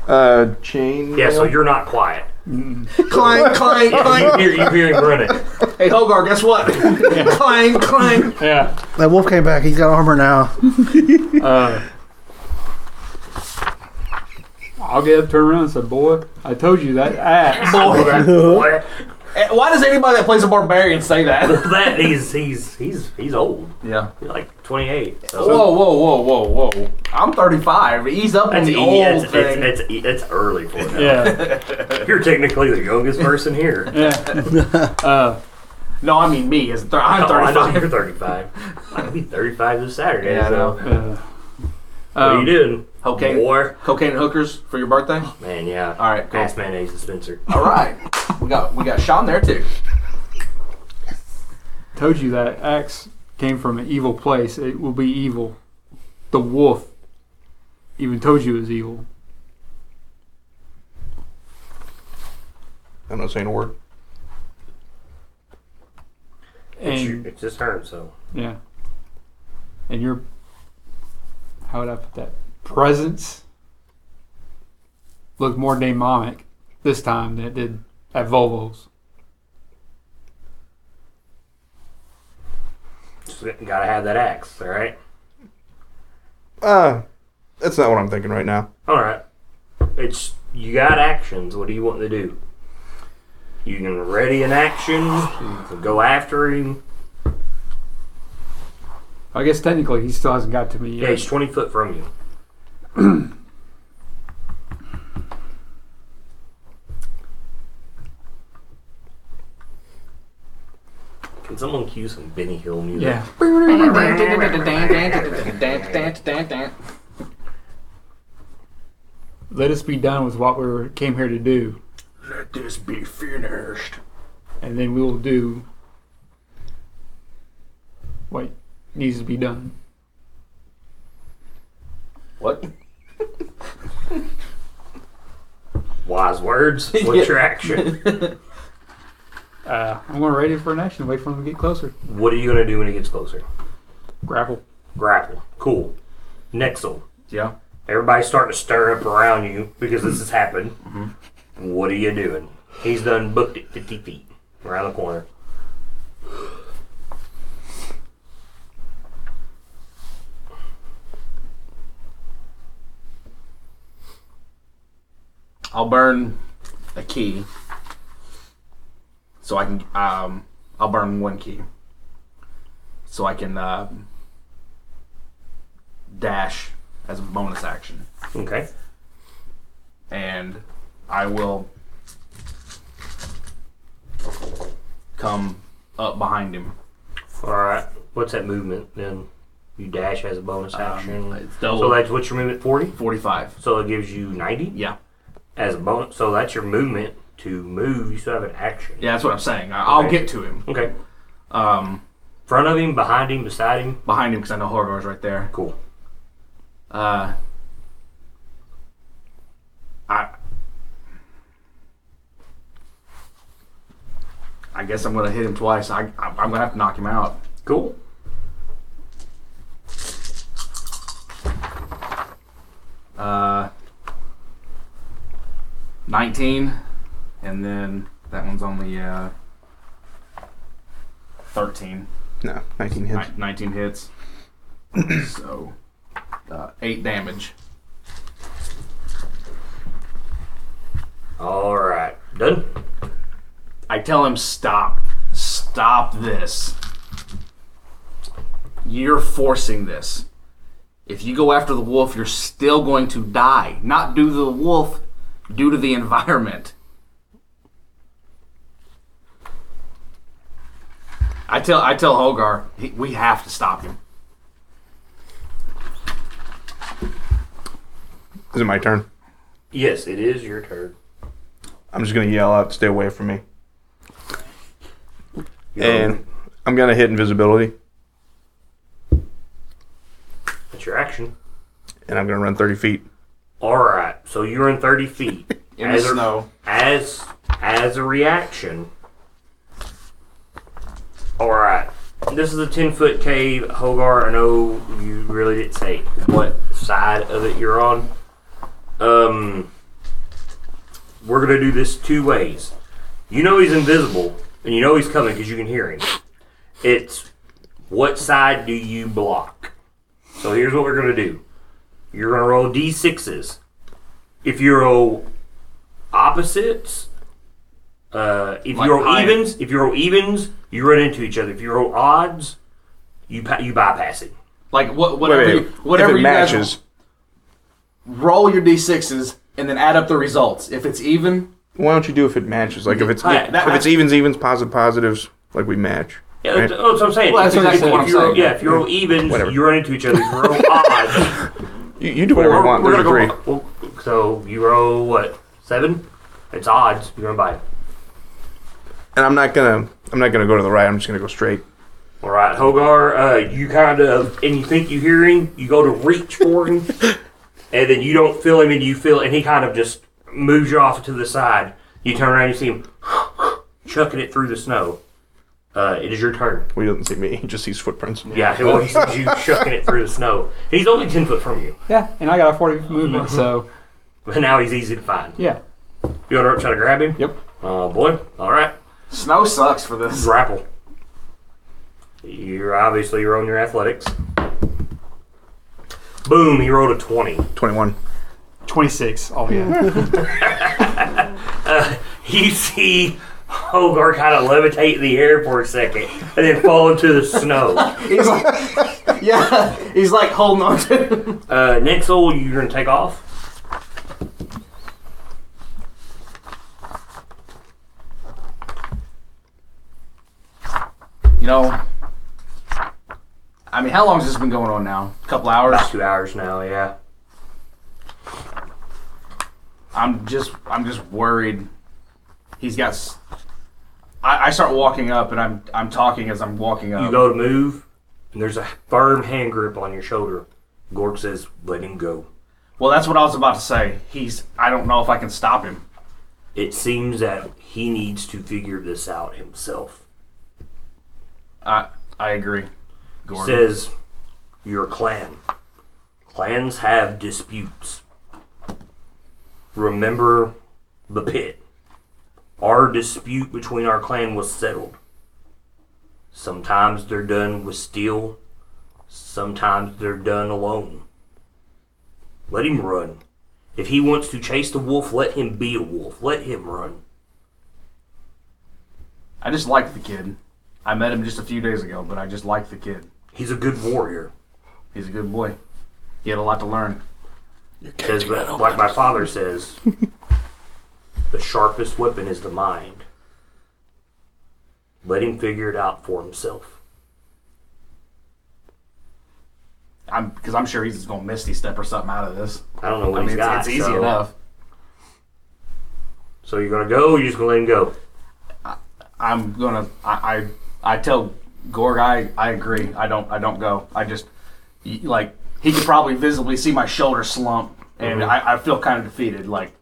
Speaker 3: Uh, chain.
Speaker 1: Yeah, so
Speaker 3: mail?
Speaker 1: you're not quiet. <laughs>
Speaker 2: Clang, clang,
Speaker 1: You
Speaker 2: clang.
Speaker 1: hear you hear him
Speaker 2: <laughs>
Speaker 1: running.
Speaker 2: Hey, Hogar, guess what? <laughs> clang, clang.
Speaker 5: Yeah.
Speaker 4: That wolf came back. He's got armor now.
Speaker 5: Uh, I'll get up to her and say, "Boy, I told you that axe."
Speaker 1: Boy,
Speaker 2: <laughs> Eh, Why does anybody that plays a barbarian
Speaker 1: <laughs>
Speaker 2: say that?
Speaker 1: that he's he's he's he's old.
Speaker 2: Yeah.
Speaker 1: He's like 28. So.
Speaker 2: Whoa, whoa, whoa, whoa, whoa! I'm 35. Ease up on
Speaker 1: That's,
Speaker 2: the
Speaker 1: e-
Speaker 2: old
Speaker 1: it's,
Speaker 2: thing.
Speaker 1: it's, it's, it's early for now.
Speaker 5: <laughs> Yeah.
Speaker 1: You're technically the youngest person
Speaker 2: <laughs>
Speaker 1: here.
Speaker 5: Yeah. Uh,
Speaker 2: no, I mean me. Is th- I'm
Speaker 1: Oh, I know <laughs> you're
Speaker 2: 35.
Speaker 1: 35. I'll be 35 this Saturday.
Speaker 2: Yeah, I
Speaker 1: so
Speaker 2: know.
Speaker 1: what
Speaker 5: uh,
Speaker 1: are you
Speaker 5: um,
Speaker 1: doing?
Speaker 2: Okay.
Speaker 1: Boy.
Speaker 2: Cocaine and hookers for your birthday.
Speaker 1: Man, yeah.
Speaker 2: All right, cool.
Speaker 1: Ass mayonnaise dispenser.
Speaker 2: All right, we got we got Sean
Speaker 1: <laughs>
Speaker 2: there too.
Speaker 5: told you that axe came from an evil place. It will be evil. The wolf even told you it was evil.
Speaker 3: I'm not saying a word.
Speaker 1: It's, your,
Speaker 5: And
Speaker 1: it's his turn, so.
Speaker 5: yeah. And your how would I put that? Presence looked more demonic this time than it did at Volvo's.
Speaker 1: Just gotta have that axe, all right?
Speaker 3: Uh, that's not what I'm thinking right now.
Speaker 1: All right. It's you got actions. What do you want to do? You can ready an action. You can go after him.
Speaker 5: I guess technically he still hasn't got to me
Speaker 1: Yeah,
Speaker 5: yet.
Speaker 1: he's 20 foot from you. <clears throat> Can someone cue some Benny Hill music?
Speaker 5: Yeah. Let us be done with what we were, came here to do,
Speaker 2: Let this be finished.
Speaker 5: and then we will do what needs to be done.
Speaker 2: What?
Speaker 1: Wise
Speaker 5: <laughs>
Speaker 1: words. What's your action?
Speaker 5: Uh, I'm going to ready for an action. Wait for him to get closer.
Speaker 1: what are you gonna do when he gets closer?
Speaker 5: Grapple.
Speaker 1: Grapple. Cool. Nexel.
Speaker 2: Yeah.
Speaker 1: Everybody's starting to stir up around you because this has happened.
Speaker 2: Mm-hmm.
Speaker 1: What are you doing? He's done booked it 50 feet around the corner.
Speaker 2: I'll burn a key, so I can. Um, I'll burn one key, so I can uh, dash as a bonus action,
Speaker 1: Okay.
Speaker 2: and I will come up behind him.
Speaker 1: All right. What's that movement then? You dash as a bonus action.
Speaker 2: Um, it's double.
Speaker 1: so that's what's your movement 40?
Speaker 2: Forty-five.
Speaker 1: So it gives you 90
Speaker 2: Yeah.
Speaker 1: as a bonus. So that's your movement to move. You still have an action.
Speaker 2: Yeah, that's what I'm saying. I- I'll
Speaker 1: Okay.
Speaker 2: get to him.
Speaker 1: Okay.
Speaker 2: Um,
Speaker 1: Front of him, behind him, beside him.
Speaker 2: behind him because I know Horgor's right there.
Speaker 1: Cool.
Speaker 2: Uh, I, I guess I'm gonna hit him twice. I, I I'm gonna have to knock him out.
Speaker 1: Cool.
Speaker 2: Uh, 19, and then that one's only uh 13.
Speaker 3: No, 19 hits.
Speaker 2: Ni- 19 hits. <clears throat> so, uh, eight damage.
Speaker 1: All right. Done.
Speaker 2: I tell him, stop. Stop this. You're forcing this. If you go after the wolf, you're still going to die. Not due to the wolf, due to the environment. I tell I tell Hogar, he, we have to stop him.
Speaker 3: Is it my turn?
Speaker 1: Yes, it is your turn.
Speaker 3: I'm just gonna yell out, "Stay away from me!" And I'm gonna hit invisibility,
Speaker 1: That's your action.
Speaker 3: and I'm gonna run 30 feet.
Speaker 1: All right, so you're in
Speaker 2: <laughs>
Speaker 1: 30 feet.
Speaker 2: in the
Speaker 1: a-
Speaker 2: snow.
Speaker 1: as as a reaction. All right, this is a ten foot cave, Hogar. I know you really didn't say what side of it you're on. Um, we're gonna do this two ways. You know he's invisible, and you know he's coming because you can hear him. It's what side do you block? So here's what we're gonna do. You're gonna roll d sixes. If you roll opposites. Uh, if
Speaker 2: Like
Speaker 1: you roll
Speaker 2: high-
Speaker 1: evens, if you roll evens, you run into each other. If you roll odds, you pa- you bypass it.
Speaker 2: Like what?
Speaker 3: Wait,
Speaker 2: Whatever.
Speaker 3: wait,
Speaker 2: you, whatever
Speaker 3: if it
Speaker 2: you
Speaker 3: matches,
Speaker 2: Guys, roll your d sixes and then add up the results. If it's even,
Speaker 3: why don't you do if it matches? Like if it's
Speaker 1: Yeah, that-
Speaker 3: if it's evens, evens, positive, positives, like we match.
Speaker 1: Yeah,
Speaker 3: Right.
Speaker 1: that's, that's what I'm saying.
Speaker 2: Well,
Speaker 1: if,
Speaker 2: that's
Speaker 1: you-
Speaker 2: exactly
Speaker 1: if
Speaker 2: what I'm
Speaker 1: you roll,
Speaker 2: saying.
Speaker 1: yeah, if you roll evens,
Speaker 3: Whatever.
Speaker 1: you run into each other. If <laughs> you roll odds,
Speaker 3: You, you do whatever you want. There's a
Speaker 1: gonna
Speaker 3: three.
Speaker 1: go- well, so you roll what seven? It's odds. You're gonna buy it.
Speaker 3: And I'm not gonna I'm not gonna go to the right. I'm just gonna go straight.
Speaker 1: All right, Hogar, uh, you kind of, and you think you hear him, you go to reach for <laughs> him, and then you don't feel him, and you feel, and he kind of just moves you off to the side. You turn around, you see him <gasps> chucking it through the snow. Uh, it is your turn.
Speaker 3: Well, he doesn't see me. <laughs> He just sees footprints.
Speaker 1: Yeah, well, he sees <laughs> you chucking it through the snow. He's only 10 foot from you,
Speaker 5: Yeah, and I got a
Speaker 2: <laughs>
Speaker 5: 40 movement, so
Speaker 1: but now he's easy to find.
Speaker 5: yeah.
Speaker 1: You want to try to grab him?
Speaker 5: Yep.
Speaker 1: Oh, boy. All right.
Speaker 2: snow sucks for this.
Speaker 1: Grapple. You're obviously, you're on your athletics. Boom, he rolled a 20.
Speaker 3: Twenty one.
Speaker 5: 26. Oh, yeah.
Speaker 1: <laughs> you see Hogar kind of levitate in the air for a second and then fall into the snow.
Speaker 2: He's like, <laughs> yeah, he's like holding on to.
Speaker 1: Uh, next hole, you're going to take off.
Speaker 2: You know, I mean, how long has this been going on now? A couple hours.
Speaker 1: About two hours now, yeah.
Speaker 2: I'm just I'm just worried. He's got. s- I, I start walking up, and I'm I'm talking as I'm walking up.
Speaker 1: You go to move, and there's a firm hand grip on your shoulder. Gorg says, let him go.
Speaker 2: Well, that's what I was about to say. He's. I don't know if I can stop him.
Speaker 1: It seems that he needs to figure this out himself.
Speaker 2: I I agree. Gordon.
Speaker 1: Says, your clan. Clans have disputes. Remember the pit. Our dispute between our clan was settled. Sometimes they're done with steel, sometimes they're done alone. Let him run. If he wants to chase the wolf, let him be a wolf. Let him run.
Speaker 2: I just like the kid. I met him just a few days ago, but I just like the kid.
Speaker 1: He's a good warrior.
Speaker 2: He's a good boy. He had a lot to learn.
Speaker 1: Says, but like my father says, <laughs> the sharpest weapon is the mind. Let him figure it out for himself.
Speaker 2: I'm because I'm sure he's just gonna misty step or something out of this.
Speaker 1: I don't know what
Speaker 2: I mean,
Speaker 1: he's
Speaker 2: it's,
Speaker 1: got.
Speaker 2: it's easy
Speaker 1: so,
Speaker 2: enough.
Speaker 1: So you're gonna go? Or you're just gonna let him go?
Speaker 2: I'm gonna. I I, I tell Gorg I, I agree. I don't I don't go. I just y- like he could probably visibly see my shoulder slump, and
Speaker 1: Mm-hmm.
Speaker 2: I, I feel kind of defeated. Like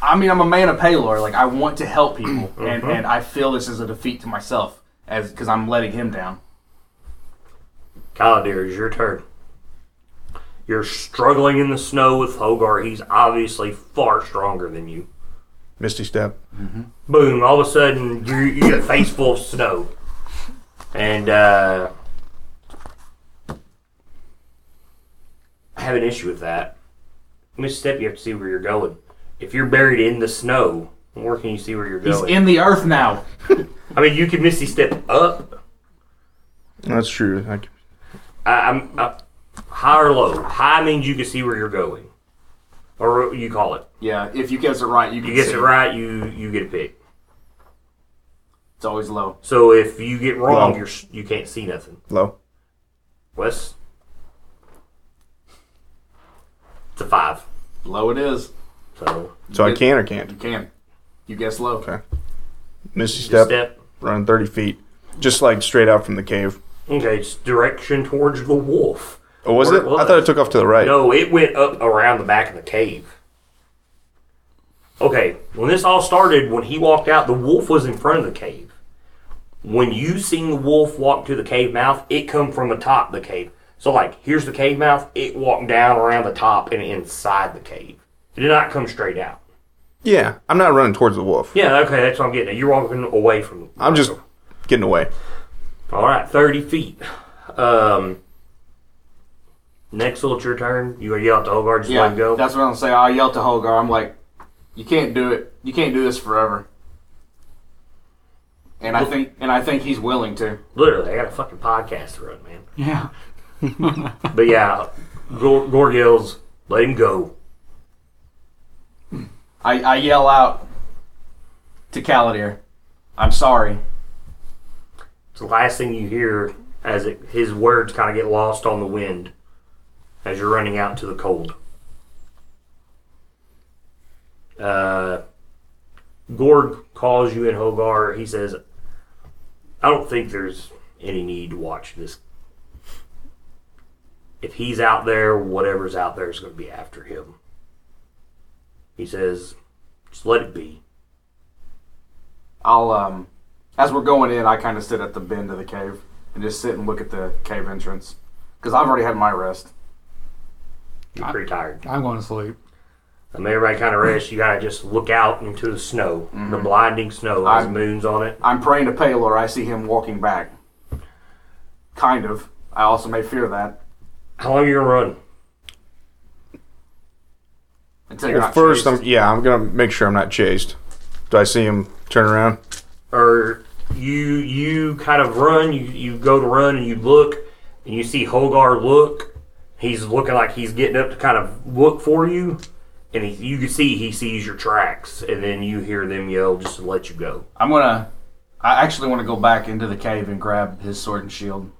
Speaker 2: I mean, I'm a man of Paylor. Like I want to help people,
Speaker 1: <clears throat>
Speaker 2: and
Speaker 1: Mm-hmm.
Speaker 2: and I feel this is a defeat to myself as because I'm letting him down.
Speaker 1: Kaladir, it's your turn. You're struggling in the snow with Hogar. He's obviously far stronger than you.
Speaker 3: Misty step.
Speaker 1: Boom! All of a sudden, you you get a face full of snow, and uh, I have an issue with that. Misstep, you have to see where you're going. If you're buried in the snow, where can you see where you're
Speaker 2: He's
Speaker 1: going?
Speaker 2: in the earth now.
Speaker 1: I mean, you can misty step up.
Speaker 3: That's true. I, c-
Speaker 1: I, I'm uh, high or low. High means you can see where you're going, or what you call it.
Speaker 2: Yeah, if you guess it right, you can
Speaker 1: You get
Speaker 2: see.
Speaker 1: it right, you you get a pick.
Speaker 2: It's always low.
Speaker 1: So if you get wrong,
Speaker 3: Low.
Speaker 1: you're s- you can't see nothing.
Speaker 3: low.
Speaker 1: Wes? It's a five.
Speaker 2: Low it is.
Speaker 1: So
Speaker 3: So I can or can't.
Speaker 2: You can. You guess low.
Speaker 3: Okay. Misty
Speaker 1: just
Speaker 3: step,
Speaker 1: step.
Speaker 3: running 30 feet. Just like straight out from the cave.
Speaker 1: Okay, it's direction towards the wolf.
Speaker 3: Oh, was
Speaker 1: Or
Speaker 3: it? I thought it took off to the right.
Speaker 1: No, it went up around the back of the cave. Okay, when this all started, when he walked out, the wolf was in front of the cave. When you seen the wolf walk to the cave mouth, it come from the top of the cave. So like, here's the cave mouth. It walked down around the top and inside the cave. It did not come straight out.
Speaker 3: Yeah, I'm not running towards the wolf.
Speaker 1: Yeah, okay, that's what I'm getting at. You're walking away from.
Speaker 3: I'm just getting away.
Speaker 1: All right, thirty feet. Um, next, little, it's your turn. You yell at the Hogar, just
Speaker 2: Yeah,
Speaker 1: let him go.
Speaker 2: that's what I'm saying. I yelled to Holgar. I'm like, you can't do it. You can't do this forever. And I think, and I think he's willing to.
Speaker 1: Literally, I got a fucking podcast to run, man.
Speaker 5: Yeah.
Speaker 1: But yeah, Gor- Gorg yells, let him go.
Speaker 2: I, I yell out to Caladir, "I'm sorry."
Speaker 1: It's the last thing you hear as it, his words kind of get lost on the wind as you're running out to the cold. Uh, Gorg calls you in Hogar. He says, I don't think there's any need to watch this. If he's out there, whatever's out there is going to be after him. He says, just let it be.
Speaker 2: I'll um, as we're going in, I kind of sit at the bend of the cave and just sit and look at the cave entrance because I've already had my rest.
Speaker 1: You're pretty tired.
Speaker 5: I'm going to sleep.
Speaker 1: I mean, everybody kind of rests. You gotta just look out into the snow, the blinding snow. There's
Speaker 2: I'm-
Speaker 1: moons on it.
Speaker 2: I'm praying to Palor. I see him walking back. Kind of. I also may fear that
Speaker 1: How long are you gonna run?
Speaker 2: until you're
Speaker 3: Well,
Speaker 2: not
Speaker 3: first,
Speaker 2: chased.
Speaker 3: I'm, yeah, I'm going to make sure I'm not chased. Do I see him turn around?
Speaker 1: Or you you kind of run. You you go to run and you look and you see Hogar look. He's looking like he's getting up to kind of look for you, and he, you can see he sees your tracks, and then you hear them yell just to let you go.
Speaker 2: I'm gonna. I actually want to go back into the cave and grab his sword and shield,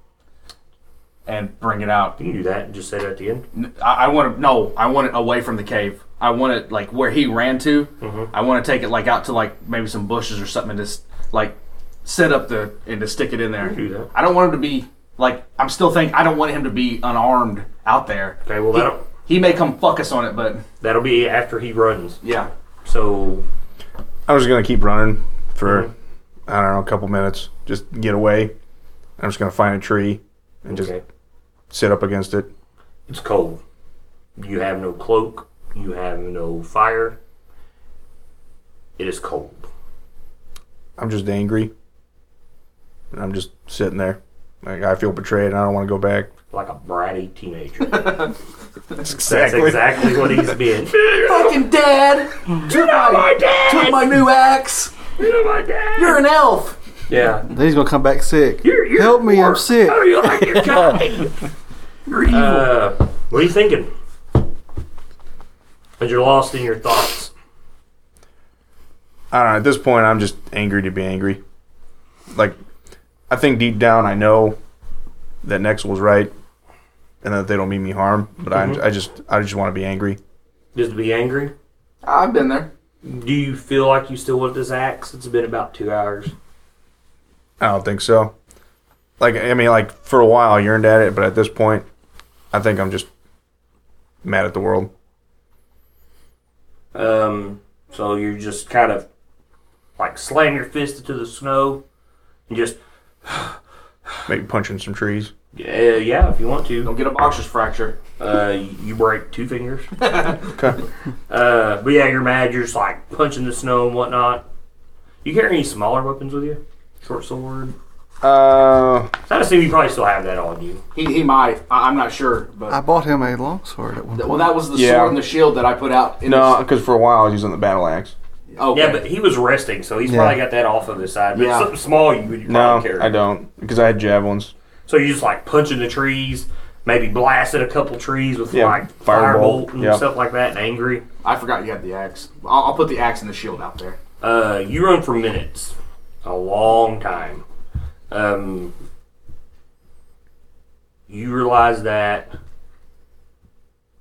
Speaker 2: and bring it out.
Speaker 1: You can do that and just say that at the end.
Speaker 2: N- I, want to. No, I want it away from the cave. I want it like where he ran to.
Speaker 1: Mm-hmm.
Speaker 2: I want to take it like out to like maybe some bushes or something and just like set up the and to stick it in there.
Speaker 1: do that.
Speaker 2: I don't want him to be like. I'm still thinking. I don't want him to be unarmed out there.
Speaker 1: Okay, well
Speaker 2: He-
Speaker 1: that'll
Speaker 2: he may come fuck us on it, but
Speaker 1: that'll be after he runs.
Speaker 2: yeah.
Speaker 1: So
Speaker 3: I'm just going to keep running for,
Speaker 1: Mm-hmm.
Speaker 3: I don't know, a couple minutes. Just get away. I'm just going to find a tree and just
Speaker 1: okay.
Speaker 3: sit up against it.
Speaker 1: It's cold. You have no cloak. You have no fire. It is cold.
Speaker 3: I'm just angry. And I'm just sitting there. Like, I feel betrayed and I don't want to go back.
Speaker 1: Like a bratty <laughs> teenager. That's
Speaker 3: Exactly.
Speaker 1: exactly what he's been.
Speaker 2: Fucking dad took my, took my new axe.
Speaker 1: You're my dad.
Speaker 2: You're an elf.
Speaker 1: yeah.
Speaker 4: Then he's gonna come back sick.
Speaker 1: You're, you're
Speaker 4: Help me, I'm
Speaker 1: poor.
Speaker 4: sick.
Speaker 1: Oh, you like <laughs> your kind.
Speaker 2: You're evil.
Speaker 1: uh, what are you thinking? As you're lost in your thoughts.
Speaker 3: I don't know. At this point, I'm just angry to be angry. Like, I think deep down, I know that Nex was right, and that they don't mean me harm. But I, I just, I just want to be angry.
Speaker 1: Just to be angry.
Speaker 2: I've been there.
Speaker 1: Do you feel like you still want this axe? It's been about two hours.
Speaker 3: I don't think so. Like, I mean, like for a while, I yearned at it, but at this point, I think I'm just mad at the world.
Speaker 1: Um, so you just kind of like slam your fist into the snow and just
Speaker 3: Maybe punching some trees.
Speaker 1: uh, yeah, if you want to,
Speaker 2: Don't get a boxer's fracture.
Speaker 1: uh, you break two fingers.
Speaker 3: <laughs> Okay.
Speaker 1: Uh, but yeah, you're mad. You're just like punching the snow and whatnot. You carry any smaller weapons with you? Short sword.
Speaker 3: Uh,
Speaker 1: So I assume you probably still have that on you.
Speaker 2: He, he might. I, I'm not sure, but
Speaker 4: I bought him a longsword at one
Speaker 2: well,
Speaker 4: point.
Speaker 2: that was the
Speaker 3: Yeah.
Speaker 2: sword and the shield that I put out. In
Speaker 3: no, because for a while I was using the battle axe.
Speaker 2: The, okay.
Speaker 1: Yeah, but he was resting, so he's
Speaker 4: Yeah.
Speaker 1: probably got that off of his side. But
Speaker 2: Yeah.
Speaker 1: something small you would
Speaker 3: No,
Speaker 1: probably carry.
Speaker 3: I don't, because I had javelins.
Speaker 1: So you're just like punching the trees, maybe blasting a couple trees with
Speaker 3: Yeah,
Speaker 1: like
Speaker 3: fireball.
Speaker 1: firebolt and
Speaker 3: Yeah.
Speaker 1: stuff like that, and angry.
Speaker 2: I forgot you had the axe. I'll, I'll put the axe and the shield out there.
Speaker 1: Uh, you run for minutes, a long time. Um, you realize that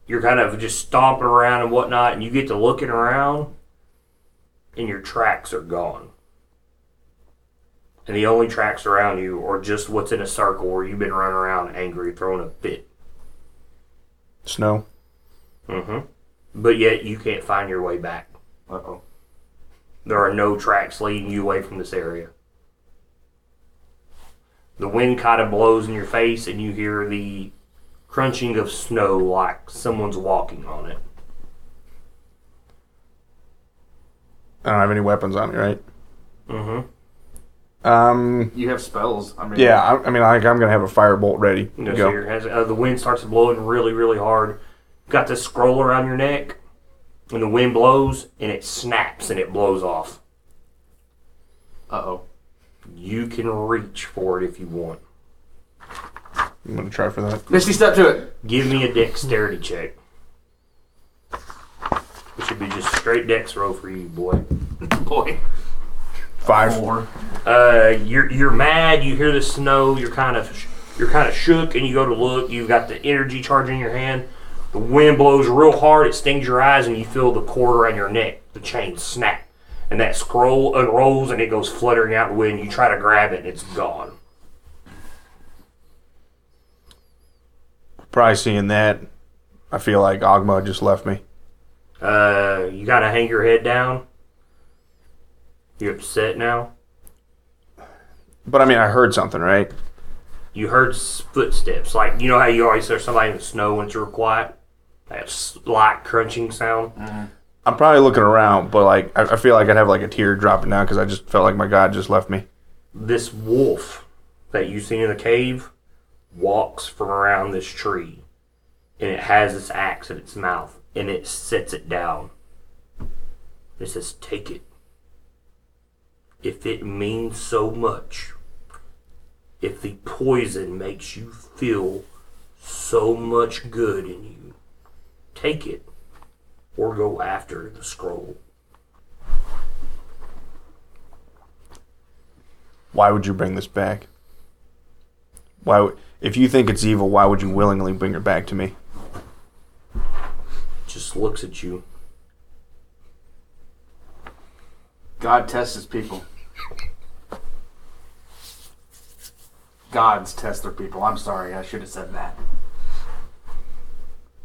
Speaker 1: you're kind of just stomping around and whatnot, and you get to looking around, and your tracks are gone. And the only tracks around you are just what's in a circle where you've been running around angry, throwing a fit.
Speaker 3: Snow.
Speaker 1: But yet you can't find your way back. Uh oh. There are no tracks leading you away from this area. The wind kind of blows in your face, and you hear the crunching of snow like someone's walking on it.
Speaker 3: I don't have any weapons on me, right? Mm-hmm. Um.
Speaker 2: You have spells. I mean,
Speaker 3: Yeah. I, I mean, like, I'm gonna have a firebolt ready. to
Speaker 1: You know,
Speaker 3: go.
Speaker 1: so your has, uh, the wind starts blowing really, really hard. Got this scroll around your neck, and the wind blows, and it snaps, and it blows off.
Speaker 2: Uh oh.
Speaker 1: You can reach for it if you want.
Speaker 3: I'm gonna try for that.
Speaker 2: Misty, step to it.
Speaker 1: Give me a dexterity check. It should be just straight dex roll for you, boy.
Speaker 2: Boy.
Speaker 3: Five.
Speaker 2: Four.
Speaker 1: Uh, you're you're mad. You hear the snow. You're kind of sh- you're kind of shook, and you go to look. You've got the energy charge in your hand. The wind blows real hard. It stings your eyes, and you feel the cord around your neck. The chain snap, and that scroll unrolls, and it goes fluttering out the wind. You try to grab it, and it's gone.
Speaker 3: Probably seeing that, I feel like Ogma just left me.
Speaker 1: Uh, you gotta hang your head down. You're upset now.
Speaker 3: But I mean, I heard something, right?
Speaker 1: you heard s- footsteps. Like you know how you always hear somebody in the snow when it's real quiet, that slight crunching sound.
Speaker 3: I'm probably looking around, but like, I, I feel like I'd have like a tear dropping down because I just felt like my God just left me.
Speaker 1: This wolf that you seen in the cave walks from around this tree, and it has this axe in its mouth, and it sets it down. It says, "Take it, if it means so much." If the poison makes you feel so much good in you, take it or go after the scroll.
Speaker 3: Why would you bring this back? Why, w- if you think it's evil, why would you willingly bring it back to me?
Speaker 1: It just looks at you.
Speaker 2: God tests his people. Gods test their people. I'm sorry. I should have said that.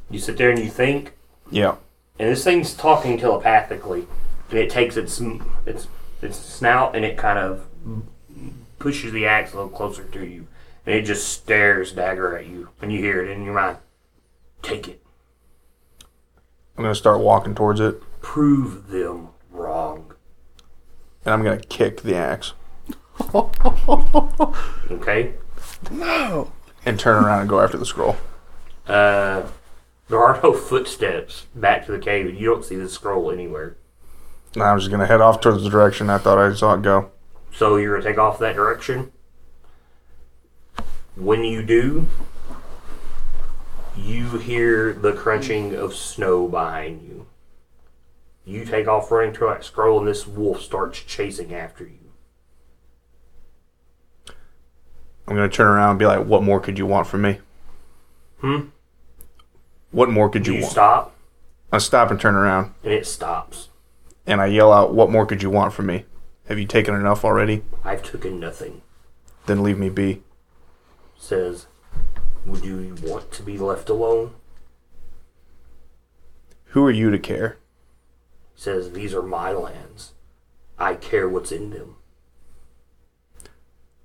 Speaker 1: You sit there and you think,
Speaker 3: Yeah.
Speaker 1: and this thing's talking telepathically, and it takes its its its snout and it kind of pushes the axe a little closer to you, and it just stares dagger at you, and you hear it in your mind. Take it.
Speaker 3: I'm gonna start walking towards it,
Speaker 1: Prove them wrong.
Speaker 3: and I'm gonna kick the axe
Speaker 1: Okay.
Speaker 3: and turn around and go after the scroll.
Speaker 1: Uh, there are no <laughs> footsteps back to the cave, and you don't see the scroll anywhere.
Speaker 3: And I'm just gonna head off towards the direction I thought I saw it go.
Speaker 1: So you're gonna take off that direction. When you do, you hear the crunching of snow behind you. You take off running to that scroll, and this wolf starts chasing after you.
Speaker 3: I'm gonna turn around and be like, "What more could you want from me?" Hmm. What more could you,
Speaker 1: Hmm? You
Speaker 3: want?
Speaker 1: stop,
Speaker 3: I stop and turn around,
Speaker 1: and it stops.
Speaker 3: and I yell out, "What more could you want from me? Have you taken enough already?
Speaker 1: I've taken nothing.
Speaker 3: Then leave me be."
Speaker 1: Says, do you want to be left alone?
Speaker 3: Who are you to care?
Speaker 1: Says, these are my lands. I care what's in them.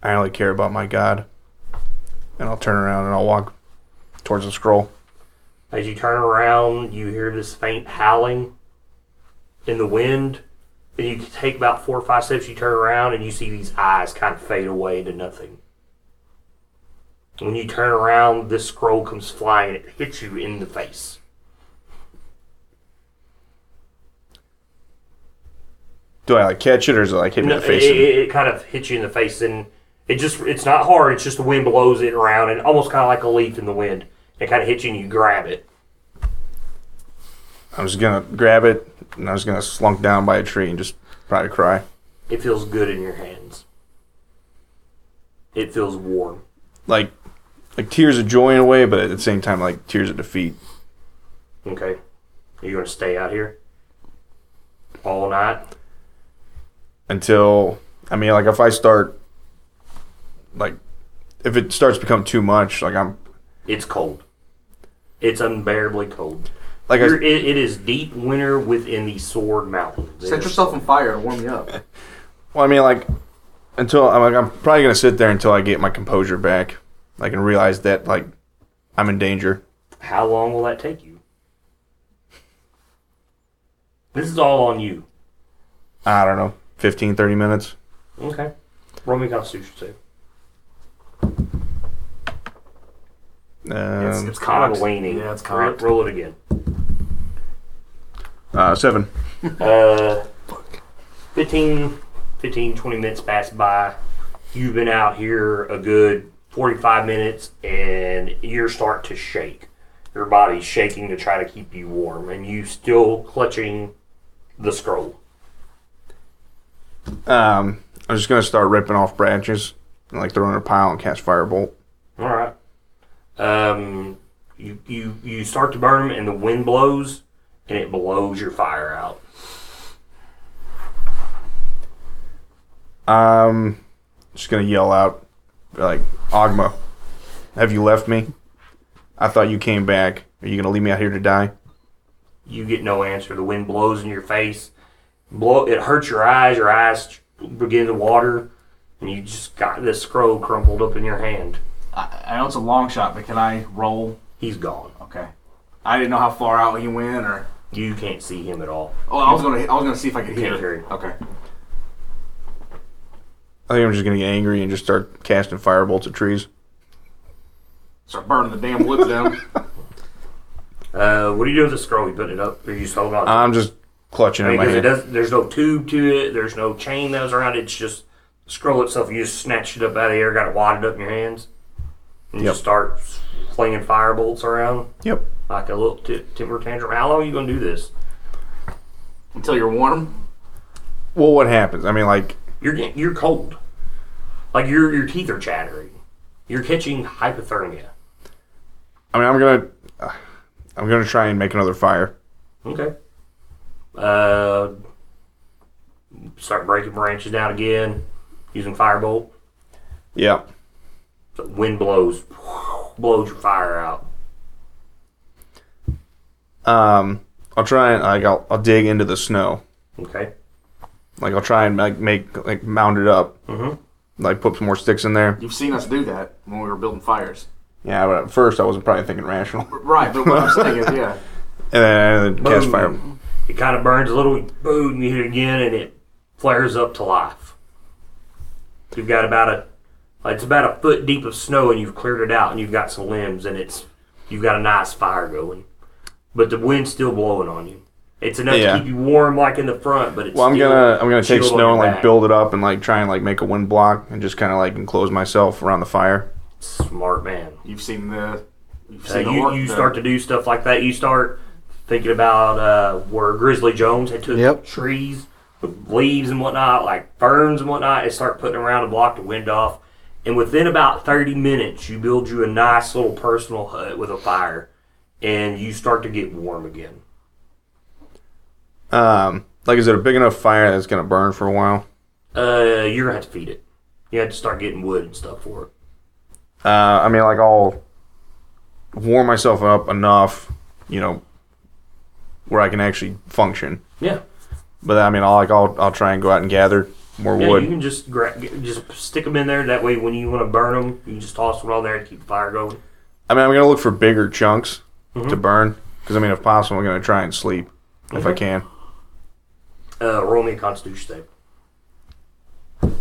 Speaker 3: I only care about my God. And I'll turn around and I'll walk towards the scroll.
Speaker 1: As you turn around, you hear this faint howling in the wind. And you take about four or five steps, you turn around, and you see these eyes kind of fade away into nothing. When you turn around, this scroll comes flying and it hits you in the face.
Speaker 3: Do I like catch it or is it like hit me
Speaker 1: No,
Speaker 3: in
Speaker 1: it,
Speaker 3: the face? and-
Speaker 1: it, it kind of hits you in the face, and it just it's not hard. It's just the wind blows it around, and almost kind of like a leaf in the wind. It kind of hits you, and you grab it.
Speaker 3: I was gonna grab it and I was gonna slunk down by a tree and just probably cry.
Speaker 1: It feels good in your hands. It feels warm.
Speaker 3: Like like tears of joy in a way, but at the same time like tears of defeat.
Speaker 1: Okay. Are you going to stay out here all night?
Speaker 3: until I mean, like if I start, like if it starts to become too much, like I'm
Speaker 1: It's cold. It's unbearably cold.
Speaker 3: like
Speaker 1: You're,
Speaker 3: I,
Speaker 1: it, it is deep winter within the Sword Mountains.
Speaker 2: Set yourself on fire to warm you up.
Speaker 3: well, I mean, like until I'm like I'm probably gonna sit there until I get my composure back, like and realize that like I'm in danger.
Speaker 1: How long will that take you? This is all on you.
Speaker 3: I don't know, 15, 30 minutes.
Speaker 1: Okay. Roll me a Constitution save.
Speaker 2: It's,
Speaker 3: Um,
Speaker 2: it's
Speaker 1: Kind of
Speaker 2: cocked.
Speaker 1: leaning.
Speaker 2: Yeah, it's
Speaker 1: Roll-
Speaker 2: cocked.
Speaker 1: Roll it again.
Speaker 3: uh, seven.
Speaker 1: Uh, 15, 15, 20 minutes pass by. You've been out here a good 45 minutes and you're starting to shake. Your body's shaking to try to keep you warm, and you still clutching the scroll.
Speaker 3: Um, I'm just gonna start ripping off branches and like throwing in a pile and cast firebolt.
Speaker 1: All right. Um, you, you you start to burn them, and the wind blows, and it blows your fire out.
Speaker 3: Um, just gonna yell out, like, Ogma, have you left me? I thought you came back. Are you gonna leave me out here to die?
Speaker 1: You get no answer. The wind blows in your face. Blow. It hurts your eyes. Your eyes begin to water, and you just got this scroll crumpled up in your hand.
Speaker 2: I, I know it's a long shot, but can I roll?
Speaker 1: He's gone.
Speaker 2: Okay. I didn't know how far out he went, or
Speaker 1: You can't see him at all.
Speaker 2: oh, I was gonna I was gonna see if I could
Speaker 1: You
Speaker 2: hit
Speaker 1: can't
Speaker 2: him.
Speaker 1: hear him.
Speaker 2: Okay.
Speaker 3: I think I'm just gonna get angry and just start casting firebolts at trees.
Speaker 2: Start burning the damn woods down.
Speaker 1: Uh, what do you do with the scroll? You putting it up, or you just holding on? to it?
Speaker 3: I'm just clutching at Uh, my
Speaker 1: because it
Speaker 3: hand.
Speaker 1: does. There's no tube to it. There's no chain that was around it. It's just the scroll itself. You just snatched it up out of the air, got it wadded up in your hands, and you
Speaker 3: Yep.
Speaker 1: just start flinging fire bolts around
Speaker 3: Yep.
Speaker 1: like a little t- temper tantrum. How long are you gonna do this?
Speaker 2: Until you're warm.
Speaker 3: Well, what happens? I mean, like,
Speaker 1: You're get- you're cold. Like your your teeth are chattering. You're catching hypothermia.
Speaker 3: I mean, I'm gonna, I'm gonna try and make another fire.
Speaker 1: Okay. Uh, start breaking branches down again, using firebolt.
Speaker 3: Yeah.
Speaker 1: So wind blows, blows your fire out.
Speaker 3: Um, I'll try and like I'll, I'll dig into the snow.
Speaker 1: Okay.
Speaker 3: Like I'll try and like make like mound it up.
Speaker 1: Mhm.
Speaker 3: Like put some more sticks in there.
Speaker 2: You've seen us do that when we were building fires.
Speaker 3: Yeah, but at first I wasn't probably thinking rational. <laughs>
Speaker 2: Right, but what I'm saying is, yeah.
Speaker 3: And then cast
Speaker 1: Boom.
Speaker 3: fire.
Speaker 1: It kind of burns a little, boom, you hit it again, and it flares up to life. You've got about a, like, it's about a foot deep of snow, and you've cleared it out, and you've got some limbs, and it's, you've got a nice fire going, but the wind's still blowing on you. It's enough
Speaker 3: Yeah.
Speaker 1: to keep you warm, like in the front, but it's.
Speaker 3: Well, I'm
Speaker 1: still
Speaker 3: gonna I'm gonna take
Speaker 1: chilled on
Speaker 3: snow
Speaker 1: your
Speaker 3: and like
Speaker 1: back.
Speaker 3: build it up and like try and like make a wind block and just kind of like enclose myself around the fire.
Speaker 1: Smart man.
Speaker 2: You've seen the. You've
Speaker 1: So
Speaker 2: seen the
Speaker 1: you,
Speaker 2: orc-
Speaker 1: you
Speaker 2: the-
Speaker 1: start to do stuff like that. You start thinking about uh, where Grizzly Jones had took
Speaker 4: Yep.
Speaker 1: trees, with leaves and whatnot, like ferns and whatnot, and start putting around to block the wind off. And within about 30 minutes, you build you a nice little personal hut with a fire, and you start to get warm again.
Speaker 3: Um, like is it a big enough fire that's gonna burn for a while?
Speaker 1: Uh, you're gonna have to feed it. You have to start getting wood and stuff for it.
Speaker 3: Uh, I mean like I'll warm myself up enough, you know, where I can actually function.
Speaker 1: Yeah,
Speaker 3: But I mean I'll like I'll I'll try and go out and gather more
Speaker 1: yeah.
Speaker 3: wood.
Speaker 1: You can just gra- just stick them in there. That way, when you want to burn them, you can just toss them all there and keep the fire going.
Speaker 3: I mean I'm gonna look for bigger chunks to burn because I mean if possible I'm gonna try and sleep if I
Speaker 1: Okay.
Speaker 3: can.
Speaker 1: Uh, roll me a Constitution save.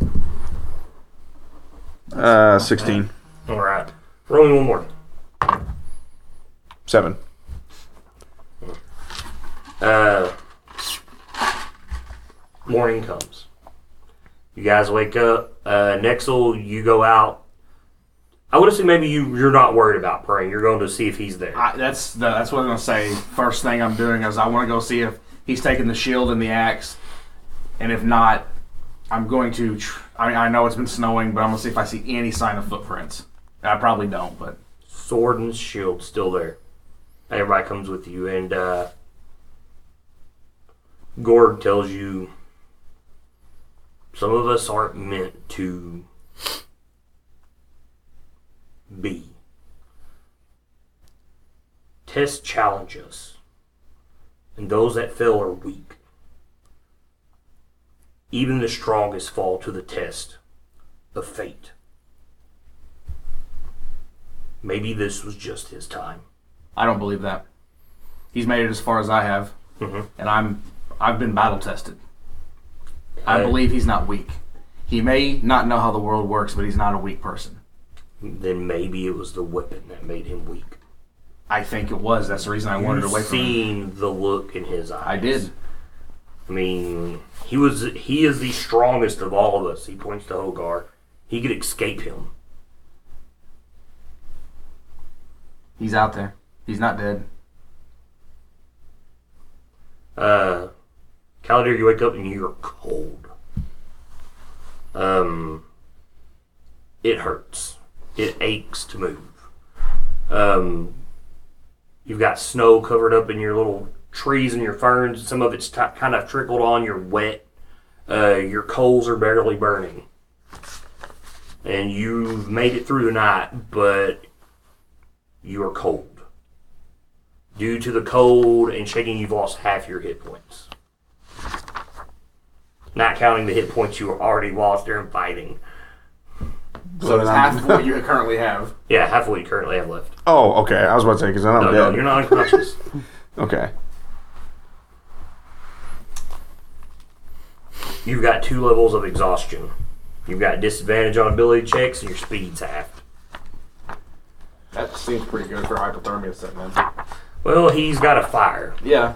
Speaker 3: Uh, 16.
Speaker 1: All right. Roll me one more.
Speaker 3: Seven.
Speaker 1: Uh, morning comes. You guys wake up. Uh, Nexel, you go out. I would assume maybe you, you're not worried about praying. You're going to see if he's there.
Speaker 2: I, that's the, that's what I'm gonna say. First thing I'm doing is I want to go see if he's taking the shield and the axe, and if not, I'm going to. Tr- I mean, I know it's been snowing, but I'm gonna see if I see any sign of footprints. I probably don't, but
Speaker 1: Sword and shield still there. and everybody comes with you, and uh, Gord tells you some of us aren't meant to be. Tests challenge us, and those that fail are weak. Even the strongest fall to the test of fate. Maybe this was just his time.
Speaker 2: I don't believe that. He's made it as far as I have,
Speaker 1: Mm-hmm.
Speaker 2: and I'm I've been battle tested. I
Speaker 1: I-
Speaker 2: believe he's not weak. He may not know how the world works, but he's not a weak person.
Speaker 1: Then maybe it was the weapon that made him weak.
Speaker 2: I think it was. That's the reason I wanted
Speaker 1: You've
Speaker 2: away from him.
Speaker 1: seen the look in his eyes.
Speaker 2: I did.
Speaker 1: I mean, he was he is the strongest of all of us. He points to Hogar. He could escape him.
Speaker 2: He's out there. He's not dead.
Speaker 1: Uh, Calder, you wake up and you're cold. Um, it hurts. It aches to move. Um, you've got snow covered up in your little trees and your ferns. Some of it's t- kind of trickled on. You're wet. Uh, your coals are barely burning. And you've made it through the night, but you are cold. Due to the cold and shaking, you've lost half your hit points. Not counting the hit points you already lost during fighting.
Speaker 2: So it's half of what you currently have.
Speaker 1: Yeah, half of what you currently have left.
Speaker 3: Oh, okay. I was about to say because I'm
Speaker 1: No, no,
Speaker 3: dead.
Speaker 1: you're not unconscious.
Speaker 3: Okay.
Speaker 1: you've got two levels of exhaustion. You've got disadvantage on ability checks, and your speed's half.
Speaker 7: That seems pretty good for hypothermia set, man.
Speaker 1: Well, he's got a fire.
Speaker 7: Yeah.